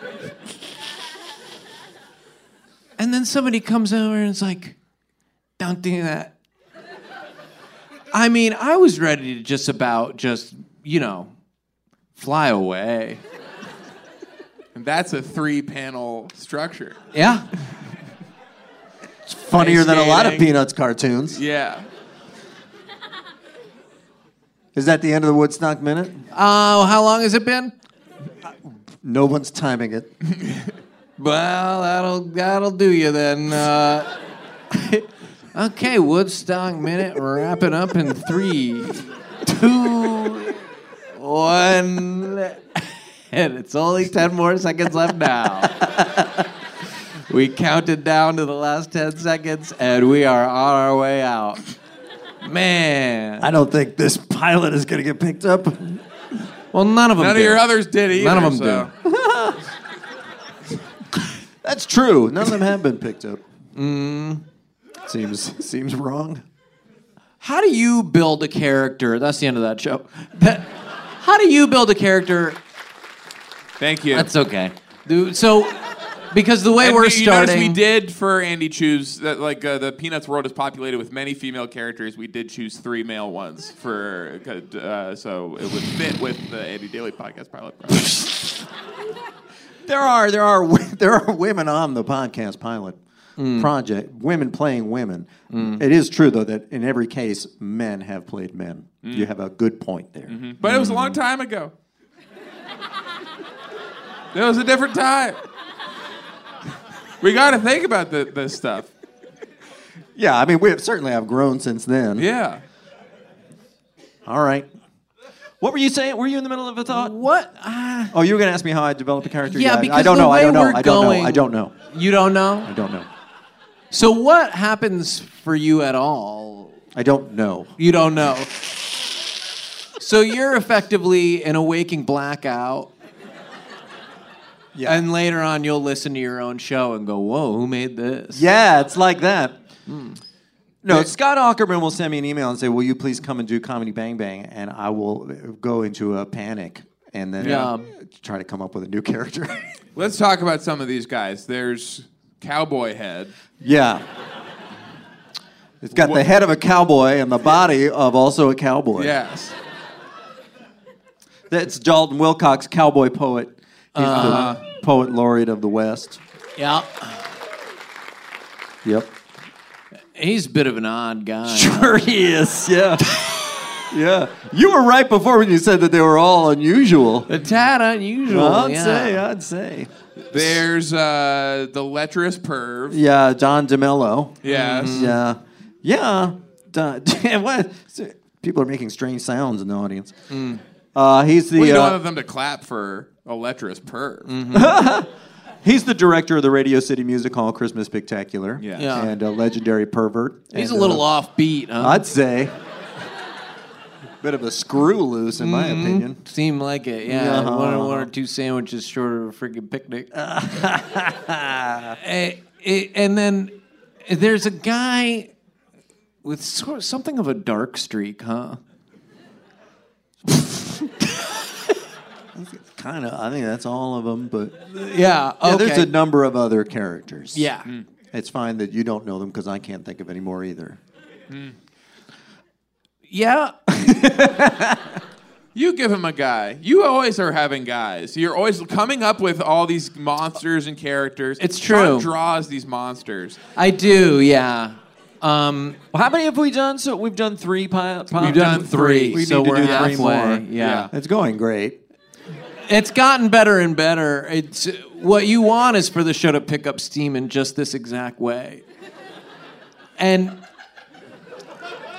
S6: And then somebody comes over and is like, don't do that. I mean, I was ready to just about just, you know, fly away.
S5: And that's a three panel structure.
S6: Yeah.
S7: Funnier than a lot of
S5: Skating.
S7: Peanuts cartoons.
S5: Yeah.
S7: Is that the end of the Woodstock Minute?
S6: Oh, how long has it been?
S7: No one's timing it.
S6: Well, that'll that'll do you then. Uh, okay, Woodstock minute wrapping up in three, two, one, and it's only ten more seconds left now. We counted down to the last ten seconds, and we are on our way out. Man,
S7: I don't think this pilot is going to get picked up.
S6: well, none of them.
S5: None
S6: do.
S5: of your others did either.
S6: None of them
S5: so.
S6: do.
S7: That's true. None of them have been picked up. Mm. Seems seems wrong.
S6: How do you build a character? That's the end of that show. How do you build a character
S5: Thank you.
S6: That's okay. Dude, So, because the way
S5: And
S6: we're
S5: we, you notice
S6: starting,
S5: we did for Andy choose that like uh, the Peanuts world is populated with many female characters. We did choose three male ones for uh, so it would fit with the Andy Daly podcast pilot. project.
S7: There are there are wo- there are women on the podcast pilot Mm. project. Women playing women. It is true though that in every case men have played men. You have a good point there.
S5: but it was a long time ago. It was a different time. We got to think about the, this stuff.
S7: Yeah, I mean we have, certainly have grown since then.
S5: Yeah.
S7: All right. What were you saying? Were you in the middle of a thought?
S6: what? Ah,
S7: Oh, you were going to ask me how I develop a character.
S6: yeah,
S7: I-
S6: because
S7: I don't
S6: the
S7: know.
S6: way
S7: I don't know.
S6: we're
S7: I don't
S6: going,
S7: know. I don't know.
S6: You don't
S7: I
S6: know.
S7: don't know.
S6: So, what happens for you at all?
S7: I don't know.
S6: You don't know. So you're effectively an awaking blackout,
S7: Yeah.
S6: and later on you'll listen to your own show and go, "Whoa, who made this?"
S7: Yeah, it's like that. No, Scott Ackerman will send me an email and say, "Will you please come and do Comedy Bang Bang?" And I will uh, go into a panic and then
S6: Yeah.
S7: uh, try to come up with a new character.
S5: Let's talk about some of these guys. There's Cowboy Head.
S7: yeah. It's got the
S5: What-
S7: head of a cowboy and the body of also a cowboy.
S5: Yes.
S7: That's Dalton Wilcox, cowboy poet. He's the poet laureate of the West.
S6: Yeah.
S7: Yep.
S6: He's a bit of an odd guy.
S7: Sure he is. Yeah. yeah. You were right before when you said that they were all unusual.
S6: A tad unusual.
S7: I'd
S6: yeah.
S7: say, I'd say.
S5: There's uh, the lecherous perv.
S7: Yeah, Don DeMello. Mm-hmm.
S5: Yes.
S7: Yeah. Yeah. Don, what? People are making strange sounds in the audience. Uh, he's the
S5: Hmm. We don't
S7: uh,
S5: want them to clap for a lecherous perv.
S6: Mm-hmm.
S7: he's the director of the Radio City Music Hall Christmas Spectacular.
S5: Yeah.
S6: Yeah.
S7: And a legendary pervert.
S6: He's
S7: And,
S6: a little
S7: uh,
S6: offbeat. Huh?
S7: I'd say. Bit of a screw loose, in
S6: Mm-hmm.
S7: my opinion.
S6: Seemed like it, yeah.
S7: Uh-huh.
S6: One, or- one or two sandwiches short of a freaking picnic. Eh, eh, and then there's a guy with sort something of a dark streak, huh?
S7: Kind of. I think that's all of them, but
S6: Yeah. Okay.
S7: yeah, there's a Hmm. number of other characters.
S6: yeah.
S7: It's fine that you don't know them because I can't think of any more either.
S6: Yeah.
S5: You give him a guy. You always are having guys. You're always coming up with all these monsters and characters.
S6: It's
S5: Sean
S6: true.
S5: draws these monsters.
S6: I do. Yeah. Um,
S7: Well, how many have we done? So we've done three pilots.
S6: we've done three,
S7: We
S6: so
S7: need to
S6: we're
S7: do
S6: halfway.
S7: three more.
S6: yeah.
S7: It's going great.
S6: It's gotten better and better. It's what you want is for the show to pick up steam in just this exact way. And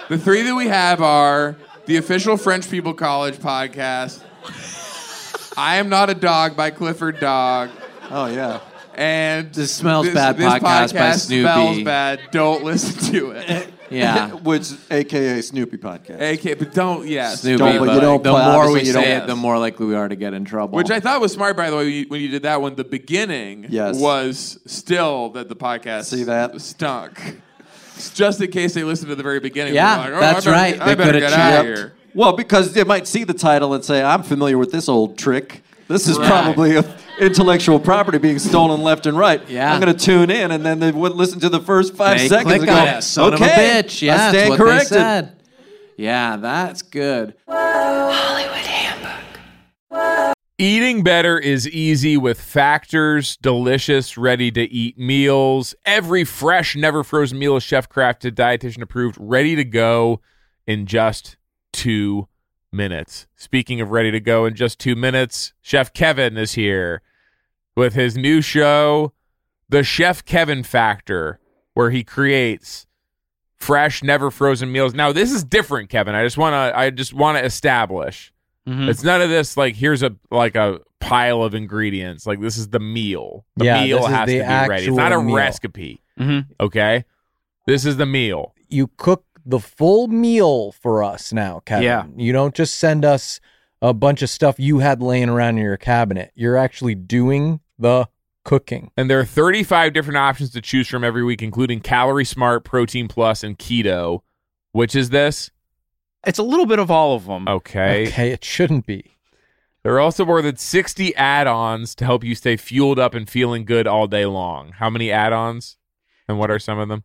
S5: The three that we have are
S8: the official French People College podcast. I am not a dog by Clifford Dog.
S7: Oh yeah.
S8: And
S6: This smells bad podcast by Snoopy.
S8: smells bad. Don't listen to it.
S6: Yeah.
S7: Which AKA Snoopy podcast.
S8: AK, but don't. Yes.
S6: Snoopy,
S7: Don't- but you don't
S6: the
S7: play-
S6: more we
S7: obviously you don't-
S6: say it, the more likely we are to get in trouble.
S8: Which I thought was smart, by the way, when you- when you did that one. The beginning
S7: Yes.
S8: was still that the podcast
S7: See that?
S8: stunk. Just in case they listened to the very beginning. we
S6: Yeah,
S8: were I
S6: that's
S8: better-
S6: right.
S8: I
S6: They
S8: better
S6: coulda
S8: get out of
S6: checked.
S8: here.
S7: Well, because they might see the title and say, "I'm familiar with this old trick. This is
S8: Right.
S7: probably a intellectual property being stolen left and right.
S6: Yeah.
S7: I'm going to tune in, and then they would listen to the first five
S6: They
S7: seconds
S6: click
S7: and go,
S6: on it, son
S7: "Okay,
S6: of a bitch. Yeah,
S7: I
S6: that's
S7: stand
S6: what they
S7: corrected."
S6: said. Yeah, that's good.
S5: Eating better is easy with factors, delicious, ready to eat meals. Every fresh, never frozen meal is chef crafted, dietitian approved, ready to go in just two minutes. Speaking of ready to go in just two minutes, Chef Kevin is here with his new show, The Chef Kevin Factor, where he creates fresh, never frozen meals. Now, this is different, Kevin. I just want to I just want to establish.
S9: Mm-hmm.
S5: It's none of this like here's a like a pile of ingredients. Like this is the meal. The
S9: Yeah,
S5: meal
S9: this is
S5: has
S9: the
S5: to be ready. It's not a
S9: actual meal.
S5: recipe.
S9: Mhm.
S5: Okay? This is the meal.
S9: you cook the full meal for us now, Kevin.
S5: Yeah.
S9: You don't just send us a bunch of stuff you had laying around in your cabinet. You're actually doing the cooking.
S5: And there are 35 different options to choose from every week, including Calorie Smart, Protein Plus, and Keto. Which is this?
S10: It's a little bit of all of them.
S5: Okay.
S9: Okay, it shouldn't be.
S5: There are also more than 60 add ons to help you stay fueled up and feeling good all day long. How many add ons? And what are some of them?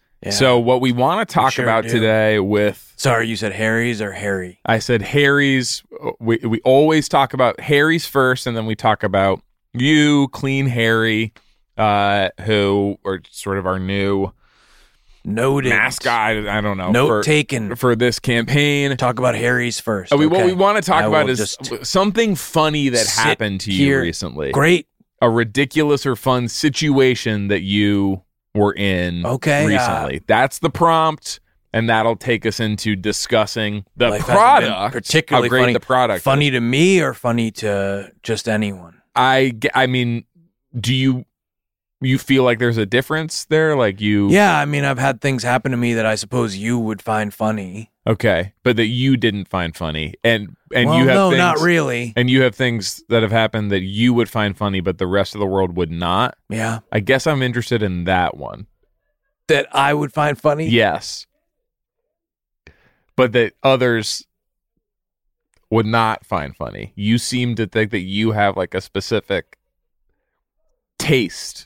S5: So what we want to talk
S9: sure
S5: about
S9: do.
S5: today with
S9: Sorry, you said Harry's or Harry?
S5: I said Harry's. uh, We we always talk about Harry's first, and then we talk about you, Clean Harry, uh, who are sort of our new
S9: Noted.
S5: mascot. I don't know for,
S9: taken.
S5: for this campaign.
S9: Talk about Harry's first.
S5: Uh, we, What we want to talk
S9: I
S5: about
S9: will
S5: is
S9: just
S5: something funny that
S9: sit
S5: happened to you
S9: here.
S5: recently.
S9: Great.
S5: A ridiculous or fun situation that you were in
S9: Okay, uh,
S5: recently. That's the prompt. And that'll take us into discussing the
S9: Life hasn't been
S5: product,
S9: particularly
S5: how great
S9: funny-
S5: the product is.
S9: to me or funny to just anyone?
S5: I ge- I mean, do you you feel like there's a difference there? Like you
S9: Yeah, I mean, I've had things happen to me that I suppose you would find funny.
S5: okay, but that you didn't find funny, and and
S9: well,
S5: you have
S9: no,
S5: things,
S9: not really.
S5: and you have things that have happened that you would find funny, but the rest of the world would not.
S9: Yeah,
S5: I guess I'm interested in that one.
S9: that I would find funny.
S5: Yes, but that others would not find funny. You seem to think that you have like a specific taste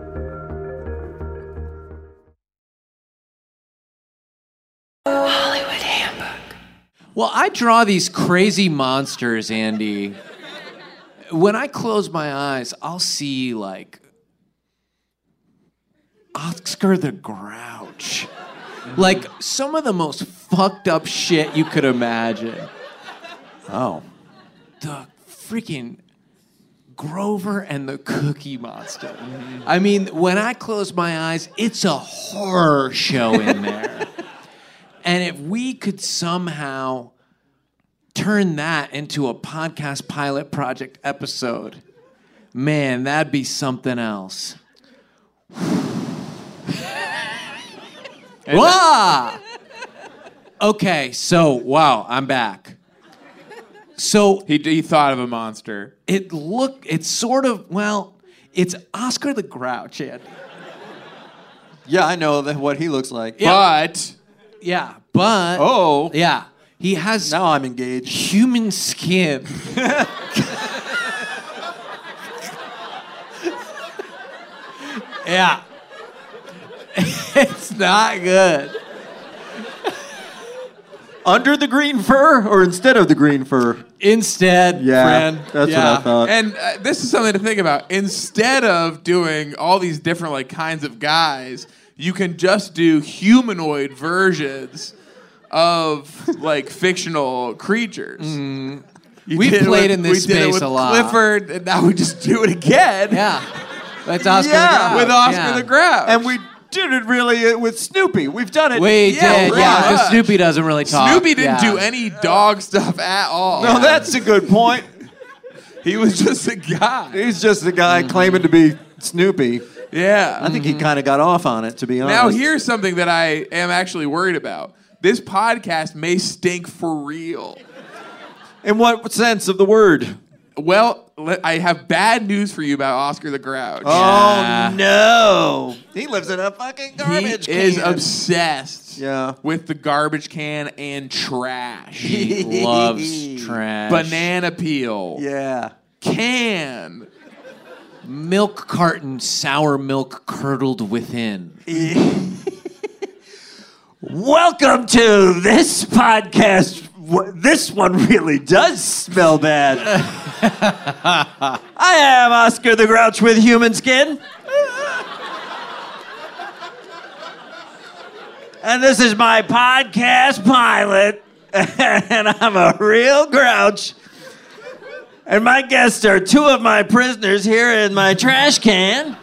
S4: Hollywood Handbook.
S6: Well, I draw these crazy monsters, Andy. when I close my eyes, I'll see like Oscar the Grouch. like some of the most fucked up shit you could imagine. Oh. The freaking Grover and the Cookie Monster. I mean, when I close my eyes, it's a horror show in there. and if we could somehow turn that into a podcast pilot project episode, man, that'd be something else. Wah! Okay, so wow, I'm back. So
S5: he, he thought of a monster.
S6: It look it's sort of well, it's Oscar the Grouch, Andy.
S7: Yeah, I know that what he looks like.
S6: But yeah, but
S7: oh
S6: yeah, he has
S7: now I'm engaged.
S6: Human skin. yeah, it's not good.
S7: Under the green fur or instead of the green fur?
S6: Instead,
S7: Yeah,
S6: friend.
S7: that's
S6: yeah.
S7: what I thought.
S5: And uh, this is something to think about. Instead of doing all these different like kinds of guys, you can just do humanoid versions of like fictional creatures. You
S6: We
S5: did it
S6: played
S5: with-
S6: in this
S5: we did it
S6: space
S5: with
S6: a lot.
S5: Clifford, and now we just do it again.
S6: Yeah, that's Oscar
S5: Yeah,
S6: the Grouch.
S5: with Oscar
S6: yeah.
S5: the Grouch.
S7: And we did it really uh, with Snoopy. We've done it.
S6: We did,
S5: pretty
S6: yeah. Because
S5: much.
S6: Snoopy doesn't really talk.
S5: Snoopy didn't
S6: Yeah.
S5: do any dog stuff at all.
S7: No, that's a good point.
S5: he was just a guy.
S7: He's just the guy Mm-hmm. claiming to be Snoopy.
S5: Yeah.
S7: I think he kind of got off on it, to be honest.
S5: Now here's something that I am actually worried about. This podcast may stink for real.
S7: In what sense of the word?
S5: Well, le- I have bad news for you about Oscar the Grouch.
S7: Oh no! He lives in a fucking
S5: he
S7: garbage
S5: is
S7: can.
S5: obsessed
S7: Yeah.
S5: with the garbage can and trash.
S6: He loves trash.
S5: Banana peel.
S7: yeah.
S5: Can.
S6: milk carton, sour milk curdled within.
S7: Welcome to this podcast. Wh- This one really does smell bad. I am Oscar the Grouch with human skin. and this is my podcast pilot. and I'm a real grouch. And my guests are two of my prisoners here in my trash can.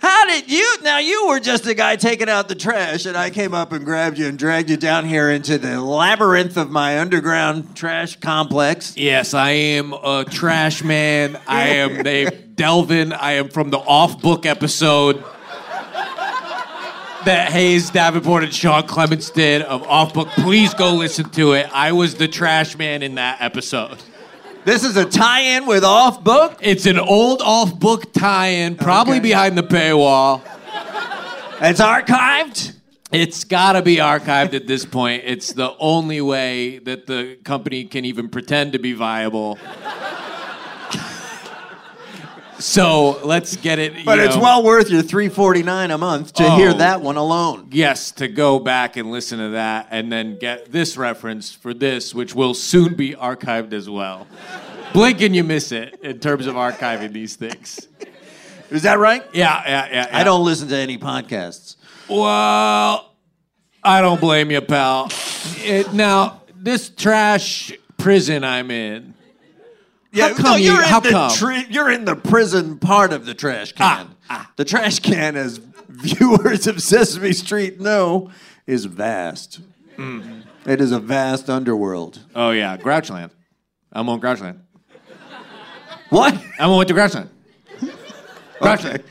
S7: How did you? Now you were just the guy taking out the trash, and I came up and grabbed you and dragged you down here into the labyrinth of my underground trash complex.
S6: Yes, I am a trash man. I am named Delvin. I am from the off book episode that Hayes Davenport and Sean Clements did of off book. Please go listen to it. I was the trash man in that episode.
S7: This is a tie-in with Off Book,
S6: It's an old off book tie in, probably
S7: Okay.
S6: behind the paywall.
S7: it's archived.
S6: It's got to be archived at this point. It's the only way that the company can even pretend to be viable. so let's get it. you
S7: But it's
S6: know-
S7: well worth your three forty nine a month to hear
S6: Oh.
S7: that one alone.
S6: Yes, to go back and listen to that and then get this reference for this, which will soon be archived as well. Blink and you miss it in terms of archiving these things.
S7: Is that right?
S6: Yeah, yeah, yeah. yeah.
S7: I don't listen to any podcasts.
S6: Well, I don't blame you, pal. It, now, this trash prison I'm in.
S7: Yeah,
S6: how come you-
S7: you're in
S6: how
S7: the
S6: come?
S7: tri- you're in the prison part of the trash can. The trash can, as viewers of Sesame Street know, is vast. It is a vast underworld.
S6: Oh yeah, Grouchland. I'm on Grouchland.
S7: What?
S6: I'm on to Grouchland.
S7: Okay.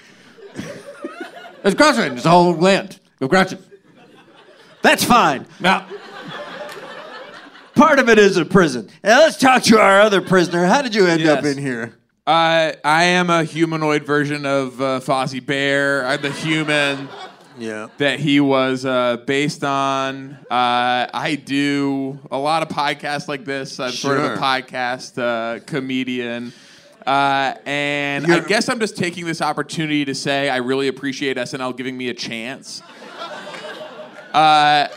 S11: It's Gretchen. It's the whole land of Gretchen.
S7: That's fine.
S11: Now,
S7: part of it is a prison. Now let's talk to our other prisoner. How did you end up
S6: Yes.
S7: in here?
S6: I I am a humanoid version of uh, Fozzie Bear. I'm the human
S7: Yeah.
S6: that he was uh, based on. Uh, I do a lot of podcasts like this. I'm sort of
S7: Sure.
S6: a podcast uh, comedian. Uh, and I guess I'm just taking this opportunity to say I really appreciate SNL giving me a chance. Uh,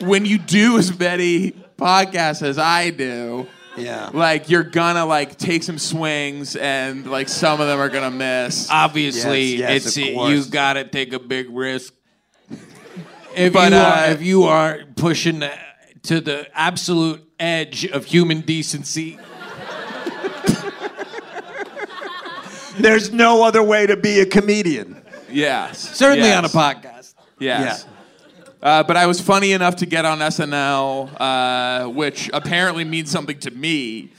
S6: when you do as many podcasts as I do,
S7: yeah,
S6: like you're gonna like take some swings and like some of them are gonna miss.
S9: Obviously, it's you got to take a big risk. If
S6: But,
S9: you
S6: uh,
S9: are, if you are pushing the- to the absolute edge of human decency,
S7: There's no other way to be a comedian.
S6: Yes.
S9: Certainly
S6: Yes.
S9: on a podcast.
S6: Yes. Uh, but I was funny enough to get on SNL, uh, which apparently means something to me.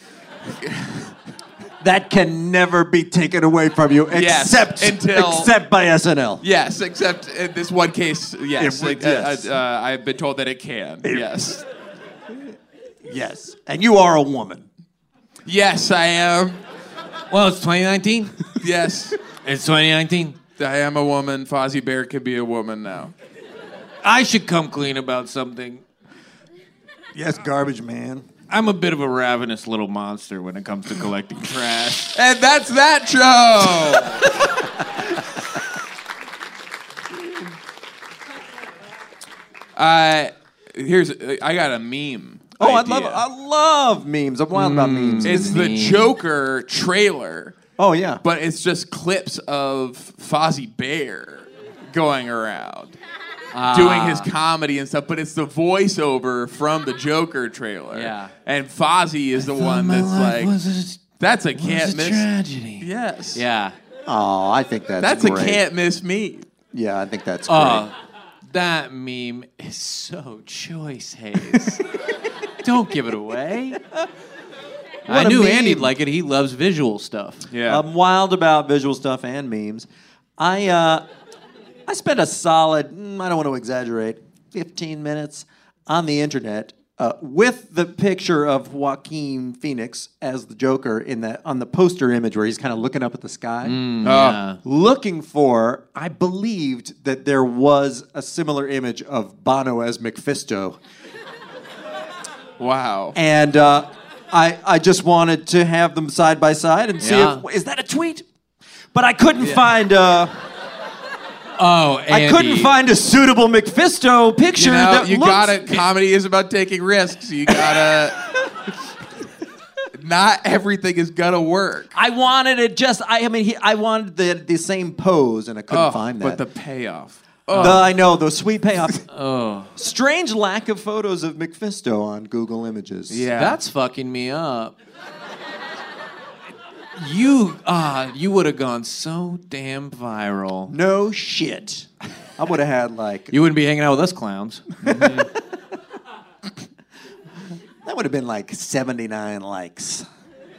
S7: That can never be taken away from you,
S6: Yes,
S7: except
S6: until-
S7: except by SNL.
S6: Yes, except in this one case, yes.
S7: It would-
S6: like, uh,
S7: yes.
S6: Uh, uh, I've been told that it can. yes.
S7: Yes, and you are a woman.
S6: Yes, I am.
S9: Well, it's 2019.
S6: Yes.
S9: It's 2019.
S6: I am a woman. Fozzie Bear could be a woman now.
S9: I should come clean about something.
S7: Yes, garbage man.
S9: I'm a bit of a ravenous little monster when it comes to collecting trash.
S6: And that's that show. uh, here's I got a meme.
S7: Oh, I
S6: idea.
S7: love I love memes. I'm wild about memes.
S6: It's the Joker trailer.
S7: Oh yeah.
S6: But it's just clips of Fozzie Bear going around.
S9: Ah.
S6: Doing his comedy and stuff, but it's the voiceover from the Joker trailer.
S9: Yeah.
S6: And Fozzie is the one that's like, that's a can't miss.
S9: tragedy.
S6: Yes.
S9: Yeah.
S7: Oh, I think that's
S6: That's,
S7: great.
S6: a can't miss me.
S7: Yeah, I think that's great.
S9: Oh, that meme is so choice, Hayes. Don't give it away. I
S7: What a
S9: knew Andy'd
S7: meme.
S9: like it. He loves visual stuff. Um,
S7: I'm wild about visual stuff and memes. I uh, I spent a solid, mm, I don't want to exaggerate, 15 minutes on the internet uh, with the picture of Joaquin Phoenix as the Joker in the on the poster image where he's kind of looking up at the sky,
S6: Oh, Mm.
S9: yeah.
S7: looking for. I believed that there was a similar image of Bono as McFisto
S6: Wow.
S7: and uh, I I just wanted to have them side by side and see
S9: Yeah.
S7: if is that a tweet. But I couldn't find uh,
S9: Oh, Andy.
S7: I couldn't find a suitable McFisto picture.
S6: you know,
S7: that
S6: you
S7: looks-
S6: gotta. Comedy is about taking risks. You gotta. not everything is gonna work.
S7: I wanted it just. I, I mean, he, I wanted the the same pose, and I couldn't
S6: Oh,
S7: find that.
S6: But the oh. payoff.
S7: The- I know the sweet payoff.
S6: Oh.
S7: Strange lack of photos of McFisto on Google Images.
S6: Yeah.
S9: That's fucking me up. You ah, you would have gone so damn viral.
S7: No shit. I would have had like
S9: You wouldn't be hanging out with us clowns.
S7: that would have been like seventy nine likes.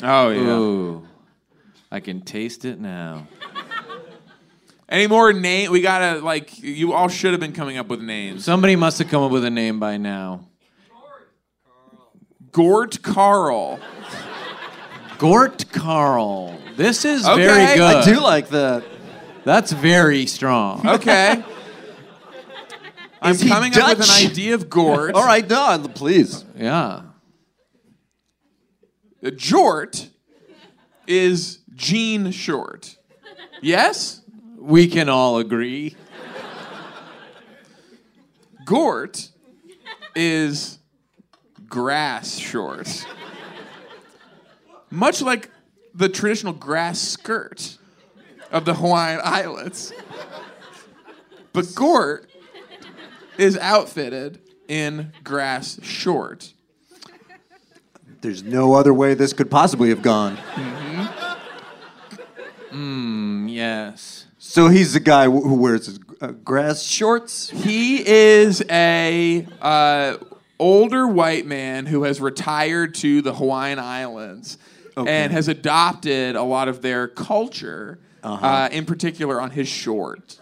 S6: Oh yeah.
S9: Ooh, I can taste it now.
S6: Any more name? We gotta like. You all should have been coming up with names.
S9: Somebody must have come up with a name by now.
S6: Gort Carl.
S9: Gort Carl. This is very
S6: Okay,
S9: good.
S7: I do like that.
S9: That's very strong.
S6: Okay. I'm
S7: Is he
S6: coming up with
S7: Dutch?
S6: an idea of Gort.
S7: All right, no, please.
S9: Yeah.
S6: Uh, Jort is Gene Short. Yes.
S9: We can all agree.
S6: Gort is grass shorts. Much like the traditional grass skirt of the Hawaiian Islands. But Gort is outfitted in grass short.
S7: There's no other way this could possibly have gone.
S9: Yes.
S7: So he's the guy who wears his uh, grass shorts.
S6: He is a uh, older white man who has retired to the Hawaiian Islands
S7: Okay.
S6: and has adopted a lot of their culture uh, in particular on his short.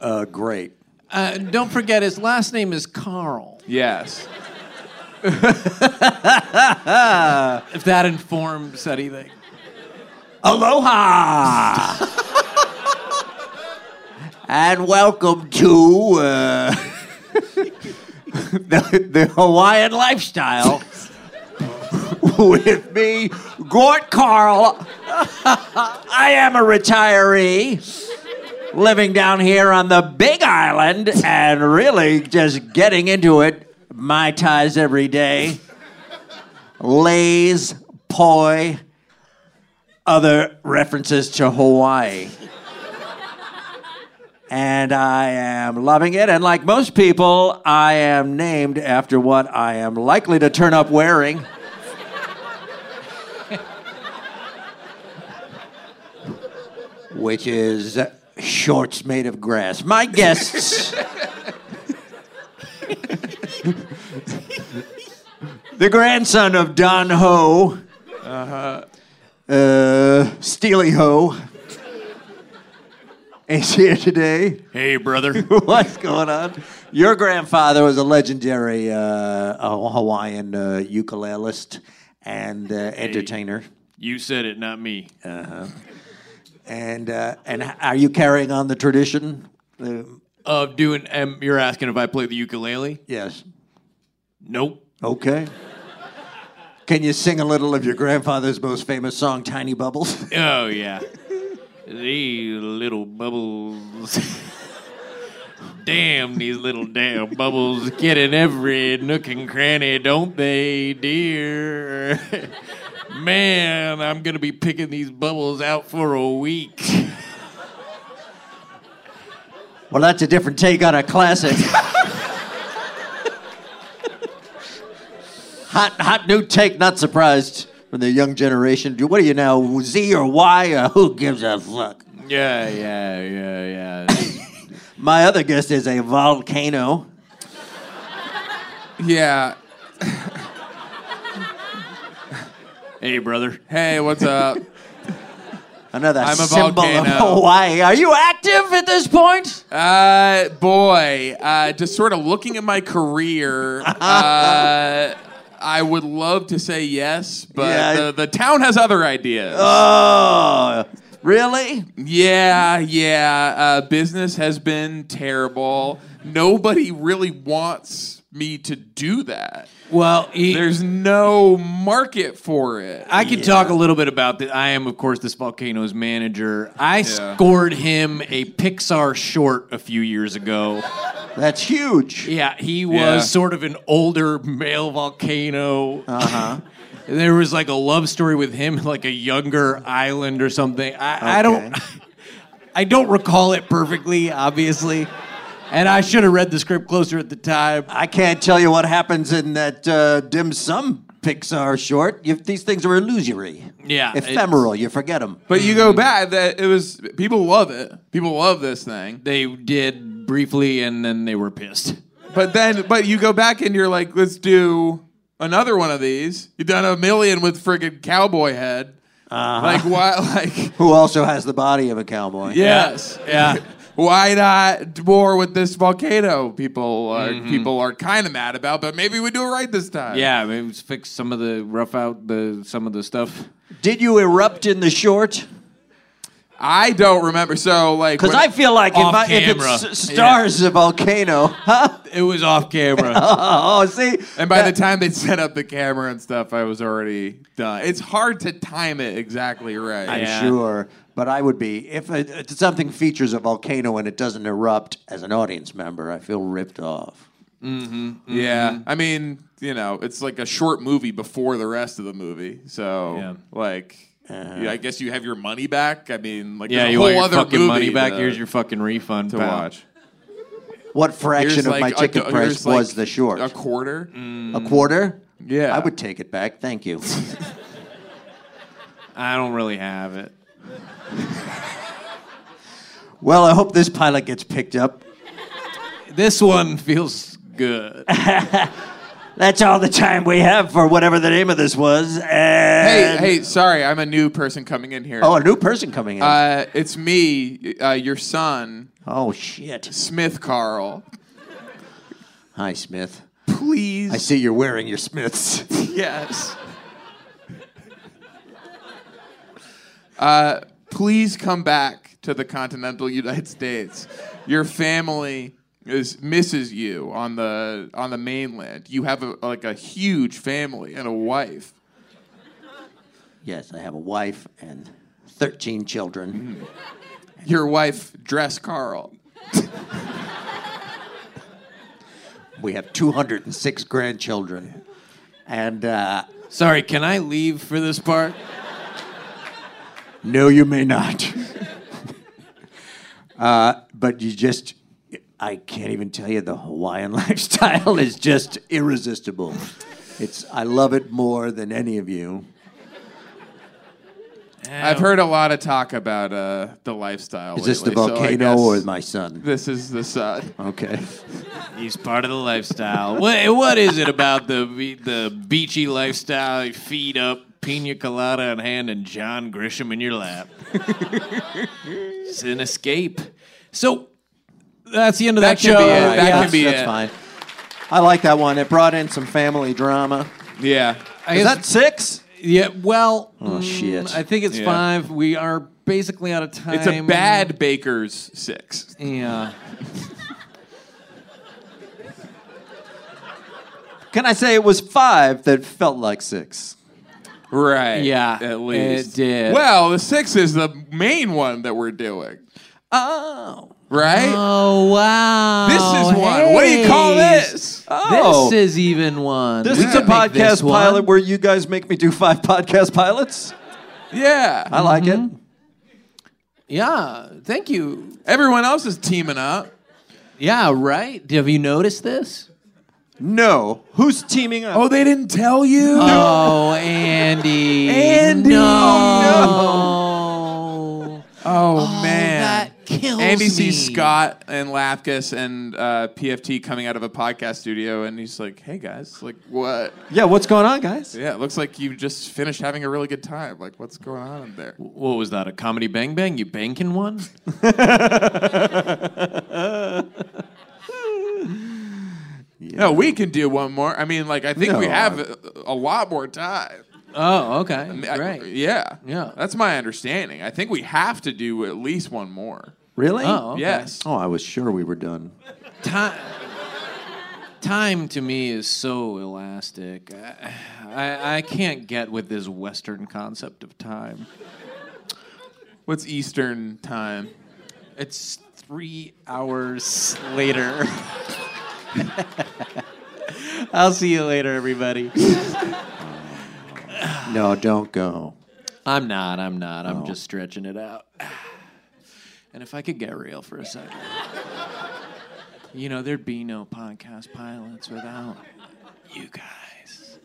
S7: Uh, great.
S12: Uh, don't forget, his last name is Carl.
S6: Yes.
S12: if that informs anything.
S7: Aloha! and welcome to uh, the, the Hawaiian lifestyle with me, Gort Carl. I am a retiree living down here on the Big Island and really just getting into it. My ties every day, Lay's, poi, other references to Hawaii. And I am loving it. And like most people, I am named after what I am likely to turn up wearing. Which is shorts made of grass. My guests. the grandson of Don Ho. Uh-huh. Uh, Steely Ho. Is here today.
S6: Hey, brother.
S7: What's going on? Your grandfather was a legendary uh, uh, Hawaiian uh, ukulelist and uh, entertainer.
S6: You said it, not me.
S7: Uh-huh. And uh, and h- are you carrying on the tradition? Uh,
S6: Of doing, um, you're asking if I play the ukulele?
S7: Yes.
S6: Nope.
S7: okay. Can you sing a little of your grandfather's most famous song, Tiny Bubbles?
S6: Oh yeah. these little bubbles. damn these little damn bubbles get in every nook and cranny, don't they, dear? Man, I'm gonna be picking these bubbles out for a week.
S7: Well, that's a different take on a classic. hot, hot new take. Not surprised from the young generation. Do- What are you now, Z or Y? Or who gives a fuck?
S6: Yeah, yeah, yeah, yeah.
S7: My other guest is a volcano.
S5: Yeah.
S6: hey, brother.
S5: Hey, what's up?
S7: Another
S5: I'm a
S7: symbol of
S5: volcano.
S7: Hawaii. Are you active at this point?
S5: Uh, boy, uh, just sort of looking at my career, uh, I would love to say yes, but
S7: Yeah, I- Uh.
S5: the, the town has other ideas.
S7: Oh, really?
S5: Yeah, yeah. Uh, business has been terrible. Nobody really wants me to do that.
S6: Well,
S5: there's no market for it.
S6: I could talk a little bit about that. I am, of course, this volcano's manager. I scored him a Pixar short a few years ago.
S7: That's huge.
S6: Yeah, he was
S12: Yeah.
S6: sort of an older male volcano. Uh huh. there was like a love story with him, like a younger island or something. I, I don't, I don't recall it perfectly, obviously. And I should have read the script closer at the time.
S7: I can't tell you what happens in that uh, dim sum Pixar short. You, these things are illusory.
S5: Yeah, it's-
S7: ephemeral. You forget them.
S5: But you
S6: Mm.
S5: go back that it was people love it. People love this thing.
S6: They did briefly and then they were pissed.
S5: But then but you go back and you're like, let's do another one of these. You've done a million with friggin' cowboy head.
S6: Uh-huh.
S5: Like why like
S7: Who also has the body of a cowboy?
S5: Yes. Yeah. Why not more with this volcano? People are people are kind of mad about, but maybe we do it right this time.
S6: Mm-hmm. Yeah, maybe let's fix some of the rough out the some of the stuff.
S7: Did you erupt in the short?
S5: I don't remember. So like,
S7: Because
S5: when-
S7: I feel like if, I, if it s- stars a volcano, huh?
S6: It was off camera.
S7: oh, see.
S5: And by the time they set up the camera and stuff, I was already done. It's hard to time it exactly right.
S7: I'm sure. But I would be if, it, if something features a volcano and it doesn't erupt as an audience member. I feel ripped off.
S5: Mm-hmm, Yeah. I mean, you know, it's like a short movie before the rest of the movie. So like.
S6: Uh-huh.
S5: yeah, I guess you have your money back. I mean, like
S6: yeah,
S5: there's a
S6: you
S5: whole
S6: want your
S5: other
S6: fucking
S5: movie
S6: money back.
S5: to-
S6: Here's your fucking refund
S5: to
S6: pal.
S5: watch.
S7: What fraction
S5: Here's
S7: of
S5: like
S7: my
S5: a
S7: ticket
S5: do-
S7: price
S5: here's like
S7: was the short?
S5: A quarter.
S7: A quarter?
S5: Yeah.
S7: I would take it back. Thank you.
S6: I don't really have it.
S7: well, I hope this pilot gets picked up.
S6: This one feels good.
S7: That's all the time we have for whatever the name of this was.
S6: Hey,
S7: and-
S6: hey, sorry, I'm a new person coming in here.
S7: Oh, a new person coming in.
S6: Uh, it's me, uh, your son.
S7: Oh shit,
S6: Smith Carl.
S7: Hi, Smith.
S6: Please.
S7: I see you're wearing your Smiths.
S6: yes. Uh, please come back to the continental United States. Your family is misses you on the on the mainland. You have a, like a huge family and a wife.
S7: yes, I have a wife and 13 children.
S6: Your wife, Dress Carl.
S7: We have 206 grandchildren. And uh,
S10: Sorry, can I leave for this part?
S7: no, you may not. uh, but you just, I can't even tell you the Hawaiian lifestyle is just irresistible. It's, I love it more than any of you.
S6: I've heard a lot of talk about uh, the lifestyle.
S7: Is this the
S6: lately, so I
S7: volcano or
S6: guess
S7: my son?
S6: This is the son.
S7: Okay.
S10: He's part of the lifestyle. what, eh, what is it about the be- the beachy lifestyle? You feed up, pina colada in hand, and John Grisham in your lap. it's an escape. So that's the end of that,
S7: That
S10: show.
S7: can be it.
S6: uh,
S7: That
S10: Yeah.
S7: can be That's it. fine. I like that one. It brought in some family drama.
S6: Yeah.
S7: Is that six?
S10: Yeah. Well,
S7: Oh, shit.
S10: Mm, I think it's
S6: Yeah.
S10: five. We are basically out of time.
S6: It's a bad baker's six.
S10: Yeah.
S7: Can I say it was five that felt like six?
S6: Right.
S10: Yeah,
S6: At least
S10: it did.
S6: Well, the six is the main one that we're doing.
S7: Oh.
S6: Right.
S10: Oh wow.
S6: This is one. What do you call this?
S7: Oh.
S10: This is even one.
S7: This
S10: We
S7: is a
S10: could make
S7: podcast
S10: this one.
S7: pilot where you guys make me do five podcast pilots.
S6: Yeah.
S7: I like it.
S10: Yeah. Thank you.
S6: Everyone else is teaming up.
S10: Yeah. Right. Have you noticed this?
S7: No. Who's teaming up?
S6: Oh, they didn't tell you.
S10: Oh, Andy.
S6: Andy.
S10: No.
S6: Oh, man.
S10: that kills
S6: Andy
S10: me.
S6: sees Scott and Lapkus and uh, PFT coming out of a podcast studio, and he's like, "Hey guys, like what?
S7: Yeah, what's going on, guys?
S6: Yeah, it looks like you just finished having a really good time. Like, what's going on in there?"
S10: What was that? A comedy bang bang? You banking one?
S6: No, we can do one more. I mean, like, I think we
S7: No,
S6: have a, a lot more time.
S10: Oh, okay.
S6: I-
S10: Great.
S6: yeah.
S10: Yeah.
S6: That's my understanding. I think we have to do at least one more.
S7: Really?
S10: Oh, okay.
S6: Yes.
S7: Oh, I was sure we were done.
S10: Time, time to me is so elastic. I, I, I can't get with this Western concept of time.
S6: What's Eastern time?
S10: It's three hours later. I'll see you later, everybody.
S7: No, don't go.
S10: I'm not. I'm not. I'm just stretching it out. And if I could get real for a second, you know, there'd be no podcast pilots without you guys.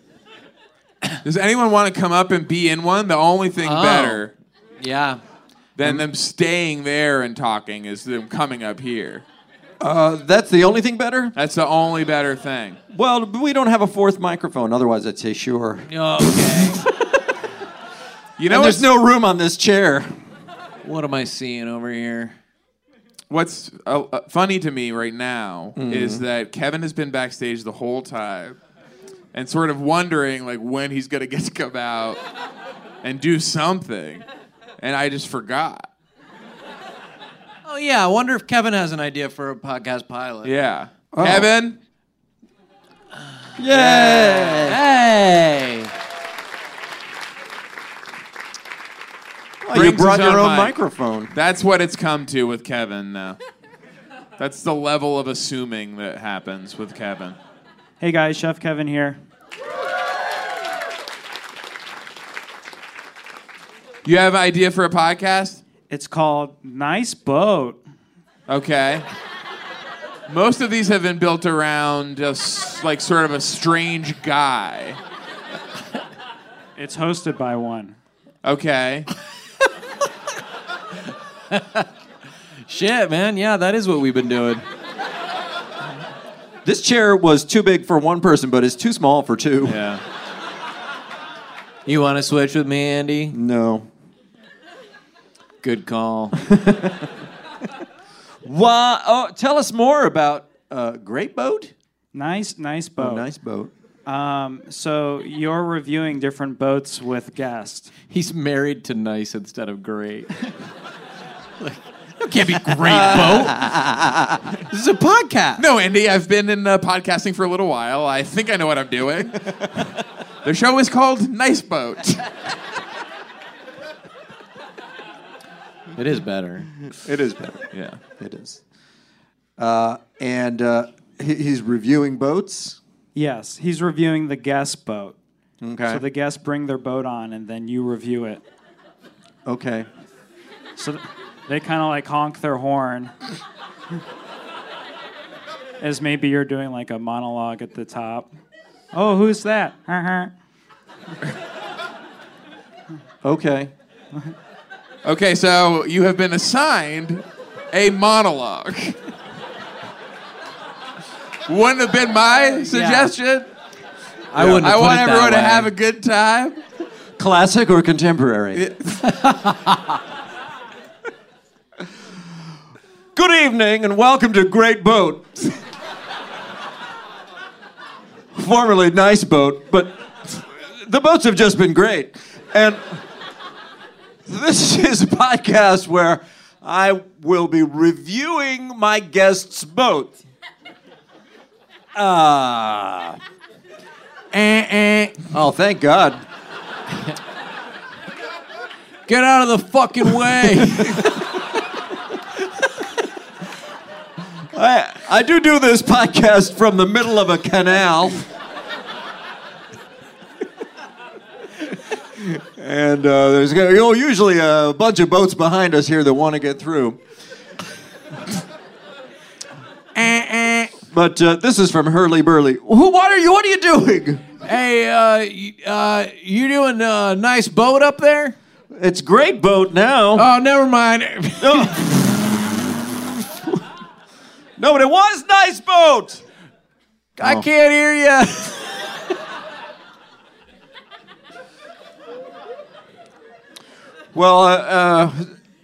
S6: Does anyone want to come up and be in one? The only thing
S10: Oh.
S6: better
S10: Yeah. Mm.
S6: than them staying there and talking is them coming up here.
S7: Uh, that's the only thing better?
S6: That's the only better thing.
S7: Well, we don't have a fourth microphone. Otherwise, I'd say sure.
S10: Okay.
S6: You know
S7: And
S6: what's,
S7: there's no room on this chair.
S10: what am I seeing over here?
S6: what's uh, uh, funny to me right now is that Kevin has been backstage the whole time and sort of wondering like when he's gonna get to come out and do something, and I just forgot.
S10: Oh yeah, I wonder if Kevin has an idea for a podcast pilot.
S6: Yeah, Kevin.
S10: Hey.
S7: Oh, you
S6: brings
S7: brought
S6: his
S7: your
S6: own
S7: own
S6: mic.
S7: microphone.
S6: That's what it's come to with Kevin now. That's the level of assuming that happens with Kevin.
S13: Hey guys, Chef Kevin here.
S6: You have an idea for a podcast?
S13: It's called Nice Boat.
S6: Okay. Most of these have been built around a s like sort of a strange guy.
S13: It's hosted by one.
S6: Okay.
S10: Shit, man. Yeah, that is what we've been doing.
S7: This chair was too big for one person, but it's too small for two.
S6: Yeah. You want to switch with me, Andy?
S7: No.
S6: Good call.
S7: Why, oh, tell us more about uh, Great Boat.
S10: Nice, nice boat.
S7: Oh, nice boat.
S10: Um, so you're reviewing different boats with guests.
S6: He's married to nice instead of great.
S14: like, it can't be great
S6: Uh,
S14: boat. this is a podcast.
S5: No, Andy, I've been in uh, podcasting for a little while. I think I know what I'm doing. the show is called Nice Boat.
S6: it is better.
S7: It is better.
S6: Yeah,
S7: it is. Uh, and uh, he, he's reviewing boats.
S10: Yes, he's reviewing the guest boat.
S7: Okay.
S10: So the guests bring their boat on, and then you review it.
S7: Okay.
S10: So th- they kind of like honk their horn, as maybe you're doing like a monologue at the top. Oh, who's that?
S7: okay.
S5: okay, so you have been assigned a monologue. wouldn't have been my suggestion. Yeah.
S6: I wouldn't.
S5: I want everyone
S6: to
S5: have a good time.
S7: Classic or contemporary? good evening and welcome to Great Boat. Formerly nice boat, but the boats have just been great. And this is a podcast where I will be reviewing my guest's boat. Ah. Uh, eh, eh. Oh, thank God.
S6: Get out of the fucking way.
S7: I, I do do this podcast from the middle of a canal. and uh, there's you know, usually a bunch of boats behind us here that want to get through.
S6: eh, eh.
S7: But uh, this is from Hurley Burley. What are you? What are you doing?
S6: Hey, uh, you, uh, you doing a nice boat up there?
S7: It's great boat now.
S6: Oh, never mind. Eh,
S7: oh. no, but it was nice boat.
S6: Oh. I can't hear you.
S7: well, uh,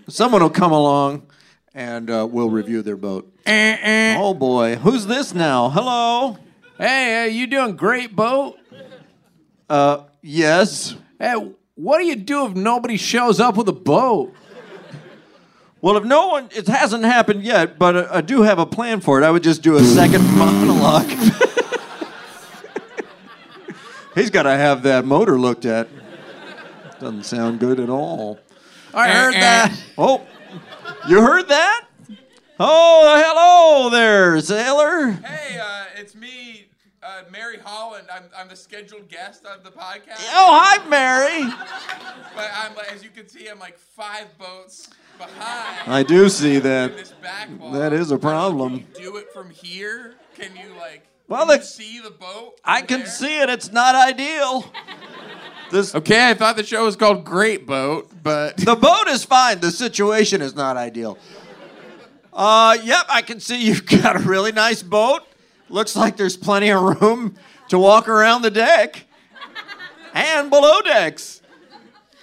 S7: someone will come along and uh, we'll review their boat.
S6: Eh, eh.
S7: Oh boy, who's this now? Hello.
S6: Hey, uh, you doing great, boat?
S7: Uh, yes.
S6: Hey, what do you do if nobody shows up with a boat?
S7: Well, if no one, it hasn't happened yet, but uh, I, I do have a plan for it. I would just do a second monologue. He's got to have that motor looked at. Doesn't sound good at all.
S6: I heard eh, that.
S7: Oh. You heard that? Oh, hello there, sailor.
S15: Hey, uh, it's me, uh, Mary Holland. I'm, I'm the scheduled guest on the podcast.
S7: Oh, hi, Mary.
S15: but I'm, as you can see, I'm like five boats behind.
S7: I do see that. That is a problem.
S15: Can you do it from here? Can you like?
S7: Well,
S15: can the, see the boat.
S7: I can there? see it. It's not ideal.
S5: This okay, I thought the show was called Great Boat, but
S7: the boat is fine. The situation is not ideal. Uh, yep, I can see you've got a really nice boat. Looks like there's plenty of room to walk around the deck and below decks.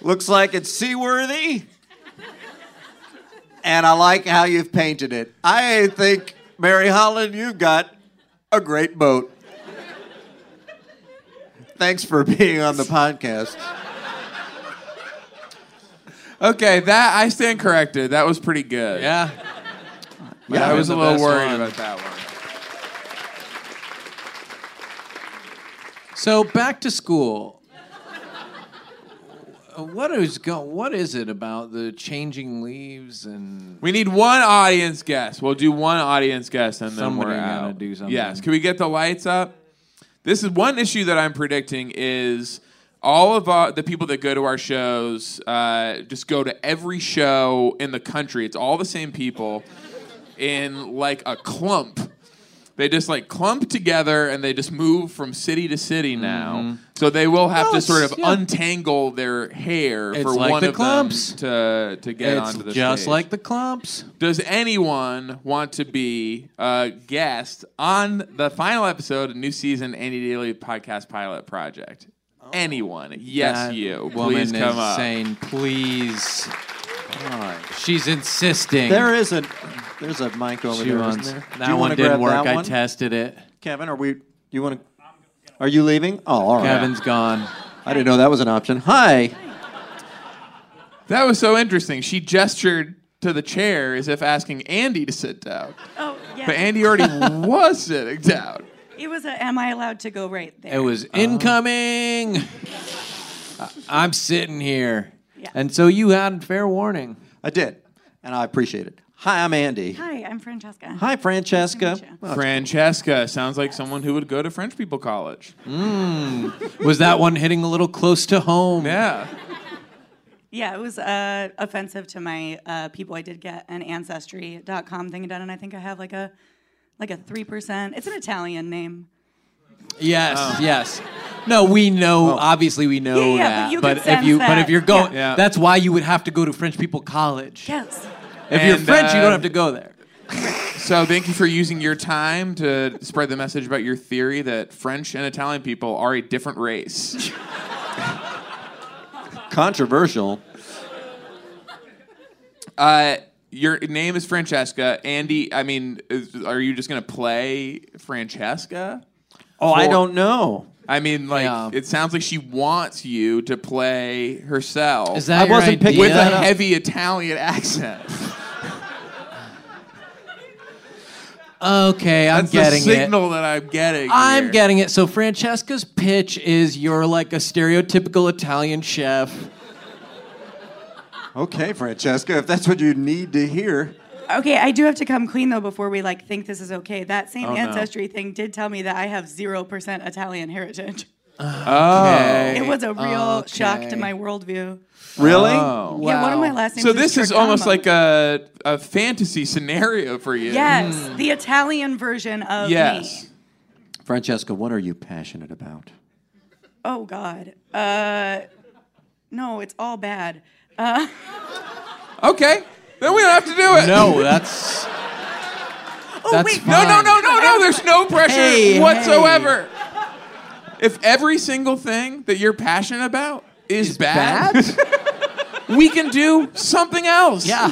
S7: Looks like it's seaworthy. And I like how you've painted it. I think, Mary Holland, you've got a great boat thanks for being on the podcast.
S5: okay, that I stand corrected. That was pretty good.
S6: Yeah.
S5: But yeah, I was a little worried one. about that one.
S6: So back to school. What is go- What is it about the changing leaves and?
S5: We need one audience guest. We'll do one audience guest, and then
S6: Somebody
S5: we're
S6: gotta
S5: out.
S6: do something.
S5: Yes. Can we get the lights up? this is one issue that I'm predicting is all of our, the people that go to our shows uh, just go to every show in the country. It's all the same people in like a clump.
S6: They just like clump together and they just move from city to city
S9: Mm-hmm.
S6: now. So they will have
S9: No,
S6: to
S9: it's-
S6: sort of
S9: yeah.
S6: untangle their hair
S9: It's
S6: for
S9: like
S6: one
S9: the
S6: of
S9: clumps.
S6: them to to get
S9: It's
S6: onto the
S9: just
S6: stage.
S9: like the clumps.
S6: Does anyone want to be a guest on the final episode of new season Andy Daily podcast pilot project? Anyone? Yes,
S9: That
S6: you.
S9: Woman
S6: Please come
S9: is
S6: up.
S9: saying, please. She's insisting.
S7: There is a there's a mic over
S9: She
S7: there.
S9: wants-
S7: not there?
S9: that
S7: Do you
S9: one
S7: wanna
S9: didn't
S7: grab
S9: work.
S7: that
S9: I
S7: one?
S9: tested it.
S7: Kevin, are we? Do you want to? Are you leaving? Oh, all right.
S9: Kevin's gone.
S7: I didn't know that was an option. Hi.
S6: That was so interesting. She gestured to the chair as if asking Andy to sit down.
S4: Oh, yeah.
S6: But Andy already was sitting down. Uh-huh.
S4: It was a, am I allowed to go right there?
S9: It was incoming. I- I'm sitting here. And so you had fair warning.
S7: I did, and I appreciate it. Hi, I'm Andy.
S4: Hi, I'm Francesca.
S7: Hi, Francesca. Well,
S6: Francesca sounds like someone who would go to French people college.
S9: Was that one hitting a little close to home?
S6: Yeah.
S4: Yeah, it was uh, offensive to my uh, people. I did get an ancestry.com thing done, and I think I have like a like a three percent. It's an Italian name.
S9: Yes, yes. No, we know. Obviously, we know
S4: Yeah, yeah,
S9: that.
S4: but you could
S9: if
S4: sense
S9: you, but
S4: that.
S9: if you're going,
S4: Yeah. Yeah.
S9: that's why you would have to go to French people college.
S4: Yes.
S9: If you're
S6: And,
S9: French, you
S6: uh,
S9: don't have to go there.
S6: So thank you for using your time to spread the message about your theory that French and Italian people are a different race.
S7: Controversial.
S6: Uh, your name is Francesca. Andy, I mean, is, are you just going to play Francesca?
S7: Oh, I
S6: For-
S7: don't know.
S6: I mean, like, it sounds like she wants you to play herself.
S7: Is that I your wasn't idea? picking
S6: with a
S7: that up.
S6: heavy Italian accent?
S9: Okay, I'm
S6: That's
S9: getting
S6: the
S9: it.
S6: signal that I'm getting.
S9: I'm
S6: here.
S9: getting it. So Francesca's pitch is you're like a stereotypical Italian chef.
S7: Okay, Francesca, if that's what you need to hear.
S4: Okay, I do have to come clean though before we like think this is okay. That same
S7: Oh, no.
S4: ancestry thing did tell me that I have zero percent Italian heritage.
S6: Okay.
S4: It was a real shock to my worldview.
S6: Really?
S7: Oh.
S4: Yeah, one of my last names.
S6: So this is almost
S4: Giacomo.
S6: like a a fantasy scenario for you.
S4: Yes,
S6: mm.
S4: the Italian version of me.
S6: Yes.
S7: Francesca, what are you passionate about?
S4: Oh God. Uh, no, it's all bad. Uh,
S6: Okay. Then we don't have to do it.
S9: No, that's.
S4: oh
S9: That's
S4: wait,
S6: No, no, no, no, no. There's no pressure
S4: Hey, hey.
S6: whatsoever. If every single thing that you're passionate about is, bad, we can do something else.
S9: Yeah.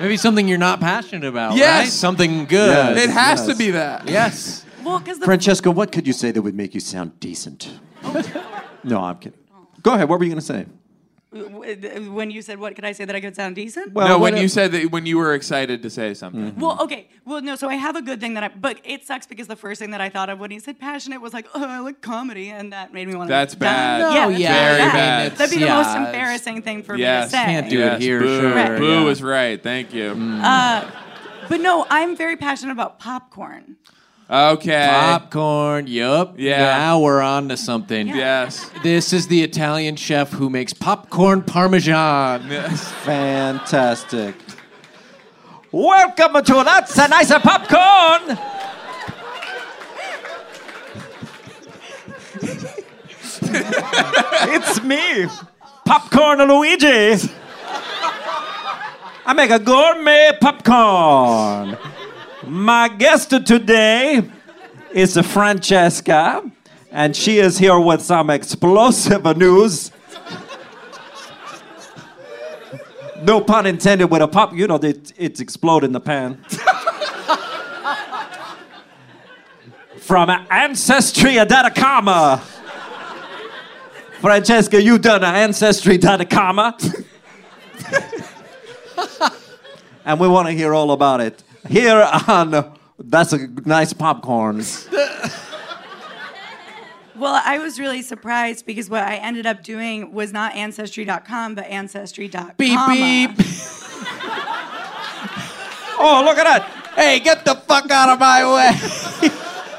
S9: Maybe something you're not passionate about.
S6: Yes.
S9: Right? Something good.
S6: It has to be that.
S9: Yes.
S4: Well, because the
S7: Francesca, what could you say that would make you sound decent? no, I'm kidding. Go ahead. What were you going to say?
S4: w- when you said what could I say that I could sound decent?
S6: no, when you said that when you were excited to say something.
S4: Well, okay. Well, no. So I have a good thing that I, but it sucks because the first thing that I thought of when he said passionate was like, oh, I like comedy, and that made me want to.
S6: That's bad.
S4: Yeah,
S6: No,
S4: that's
S6: yeah. Very
S4: really
S6: bad.
S4: That'd be the
S6: Yeah,
S4: most
S6: it's-
S4: embarrassing thing for me to
S6: yes.
S4: say.
S6: Yes, Boo,
S4: Right.
S6: Boo is right. Thank you.
S4: Uh, but no, I'm very passionate about popcorn.
S6: okay.
S9: Popcorn. Yup.
S6: Yeah.
S9: Now we're on to something.
S6: Yes.
S9: This is the Italian chef who makes popcorn parmesan.
S7: Fantastic. Welcome to That's a Nice Popcorn!
S16: it's me, Popcorn Luigi. I make a gourmet popcorn. My guest today is Francesca, and she is here with some explosive news. No pun intended with a pop, you know, it, it's explode in the pan. From Ancestry.com. uh, Francesca, you done an ancestry dot a comma.
S7: And we want to hear all about it here on That's a Nice Popcorn.
S4: Well, I was really surprised because what I ended up doing was not ancestry.com, but ancestry.com.
S9: Beep, beep.
S16: Oh, look at that.
S9: Hey, get the fuck out of my
S16: way.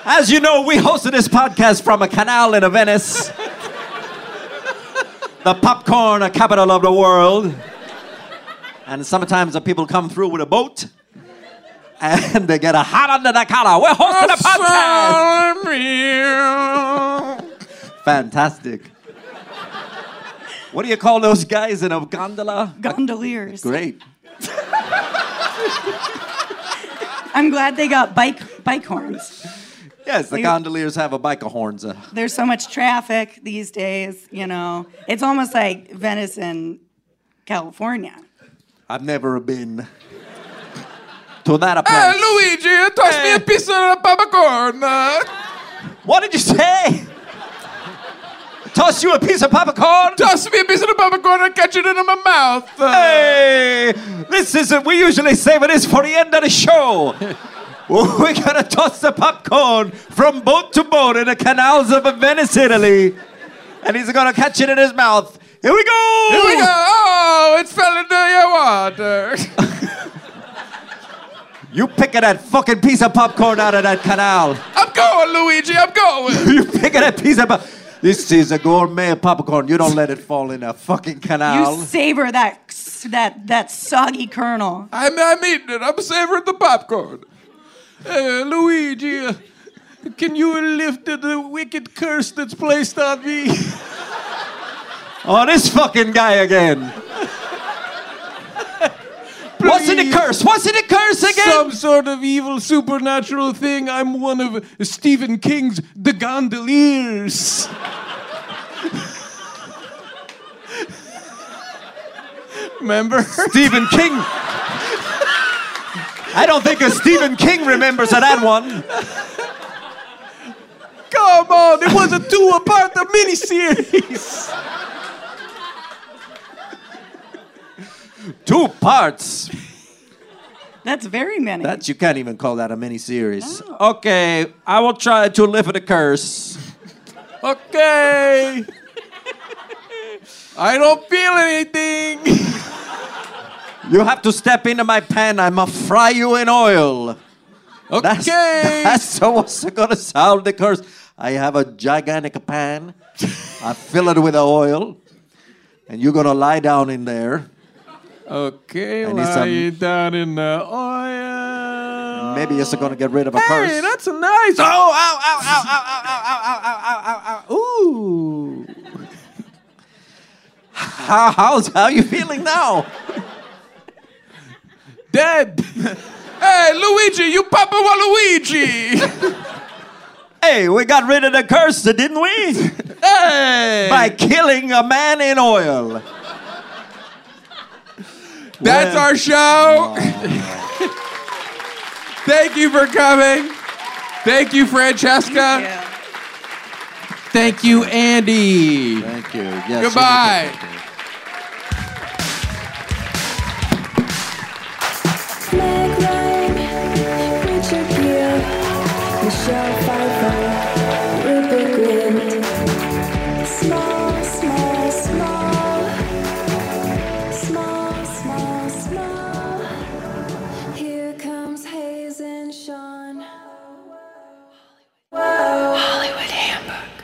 S16: As you know, we hosted this podcast from a canal in Venice, the popcorn capital of the world.
S7: And sometimes the people come through with a boat and they get a hot under the collar. We're hosting a podcast. Fantastic. What do you call those guys in a gondola?
S10: Gondoliers.
S7: Great.
S10: I'm glad they got bike bike horns.
S7: Yes, the
S10: They-
S7: gondoliers have a biker horns. uh,
S10: There's so much traffic these days, you know. It's almost like Venice in California.
S7: I've never been to that place.
S6: Hey, Luigi, toss me a piece of popcorn.
S7: What did you say? Toss you a piece of popcorn?
S6: Toss me a piece of the popcorn and catch it in my mouth.
S7: Hey, this isn't. We usually save this for the end of the show. We're gonna toss the popcorn from boat to boat in the canals of Venice, Italy, and he's gonna catch it in his mouth. Here we go.
S6: Here we go. Oh, it fell into your water.
S7: You picking that fucking piece of popcorn out of that canal.
S6: I'm going, Luigi. I'm going.
S7: you picking that piece of. pop- This is a gourmet popcorn. You don't let it fall in a fucking canal.
S10: You savor that that that soggy kernel.
S6: I'm, I'm eating it. I'm savoring the popcorn. Uh, Luigi, uh, can you lift the wicked curse that's placed on me?
S7: Oh, this fucking guy again. What's in the curse? What's in the curse again?
S6: Some sort of evil supernatural thing. I'm one of Stephen King's The Gondoliers. Remember?
S7: Stephen King. I don't think a Stephen King remembers that one.
S6: Come on, it was a two-part miniseries.
S7: Two parts.
S10: That's very many.
S7: That you can't even call that a mini series. Okay, I will try to live with the curse.
S6: Okay. I don't feel anything.
S7: You have to step into my pan. I'ma fry you in oil. Okay. That's, that's what's gonna solve the curse. I have a gigantic pan. I fill it with oil, and you're gonna lie down in there.
S6: Okay,
S7: I need some-
S6: lie down in the oil.
S7: Maybe it's gonna get rid of a curse.
S6: Hey, that's a nice. Oh, ow, ow, ow, ow, ow, ow, ow, ow, ow, ow, ow. Ooh.
S7: How, how's, how you feeling now?
S6: Dead. hey, Luigi, you Papa Waluigi.
S7: Hey, we got rid of the curse, didn't we?
S6: hey!
S7: By killing a man in oil.
S6: That's
S7: Well-
S6: our show. Thank you for coming. Thank you, Francesca.
S17: Thank you, Andy.
S7: Thank you.
S6: Goodbye.
S4: Make rain, reach your gear. Michelle Pfeiffer, Rupert Grint. Small, small, small. Small, small, small. Here comes Hayes and Sean. Hollywood Hamburg.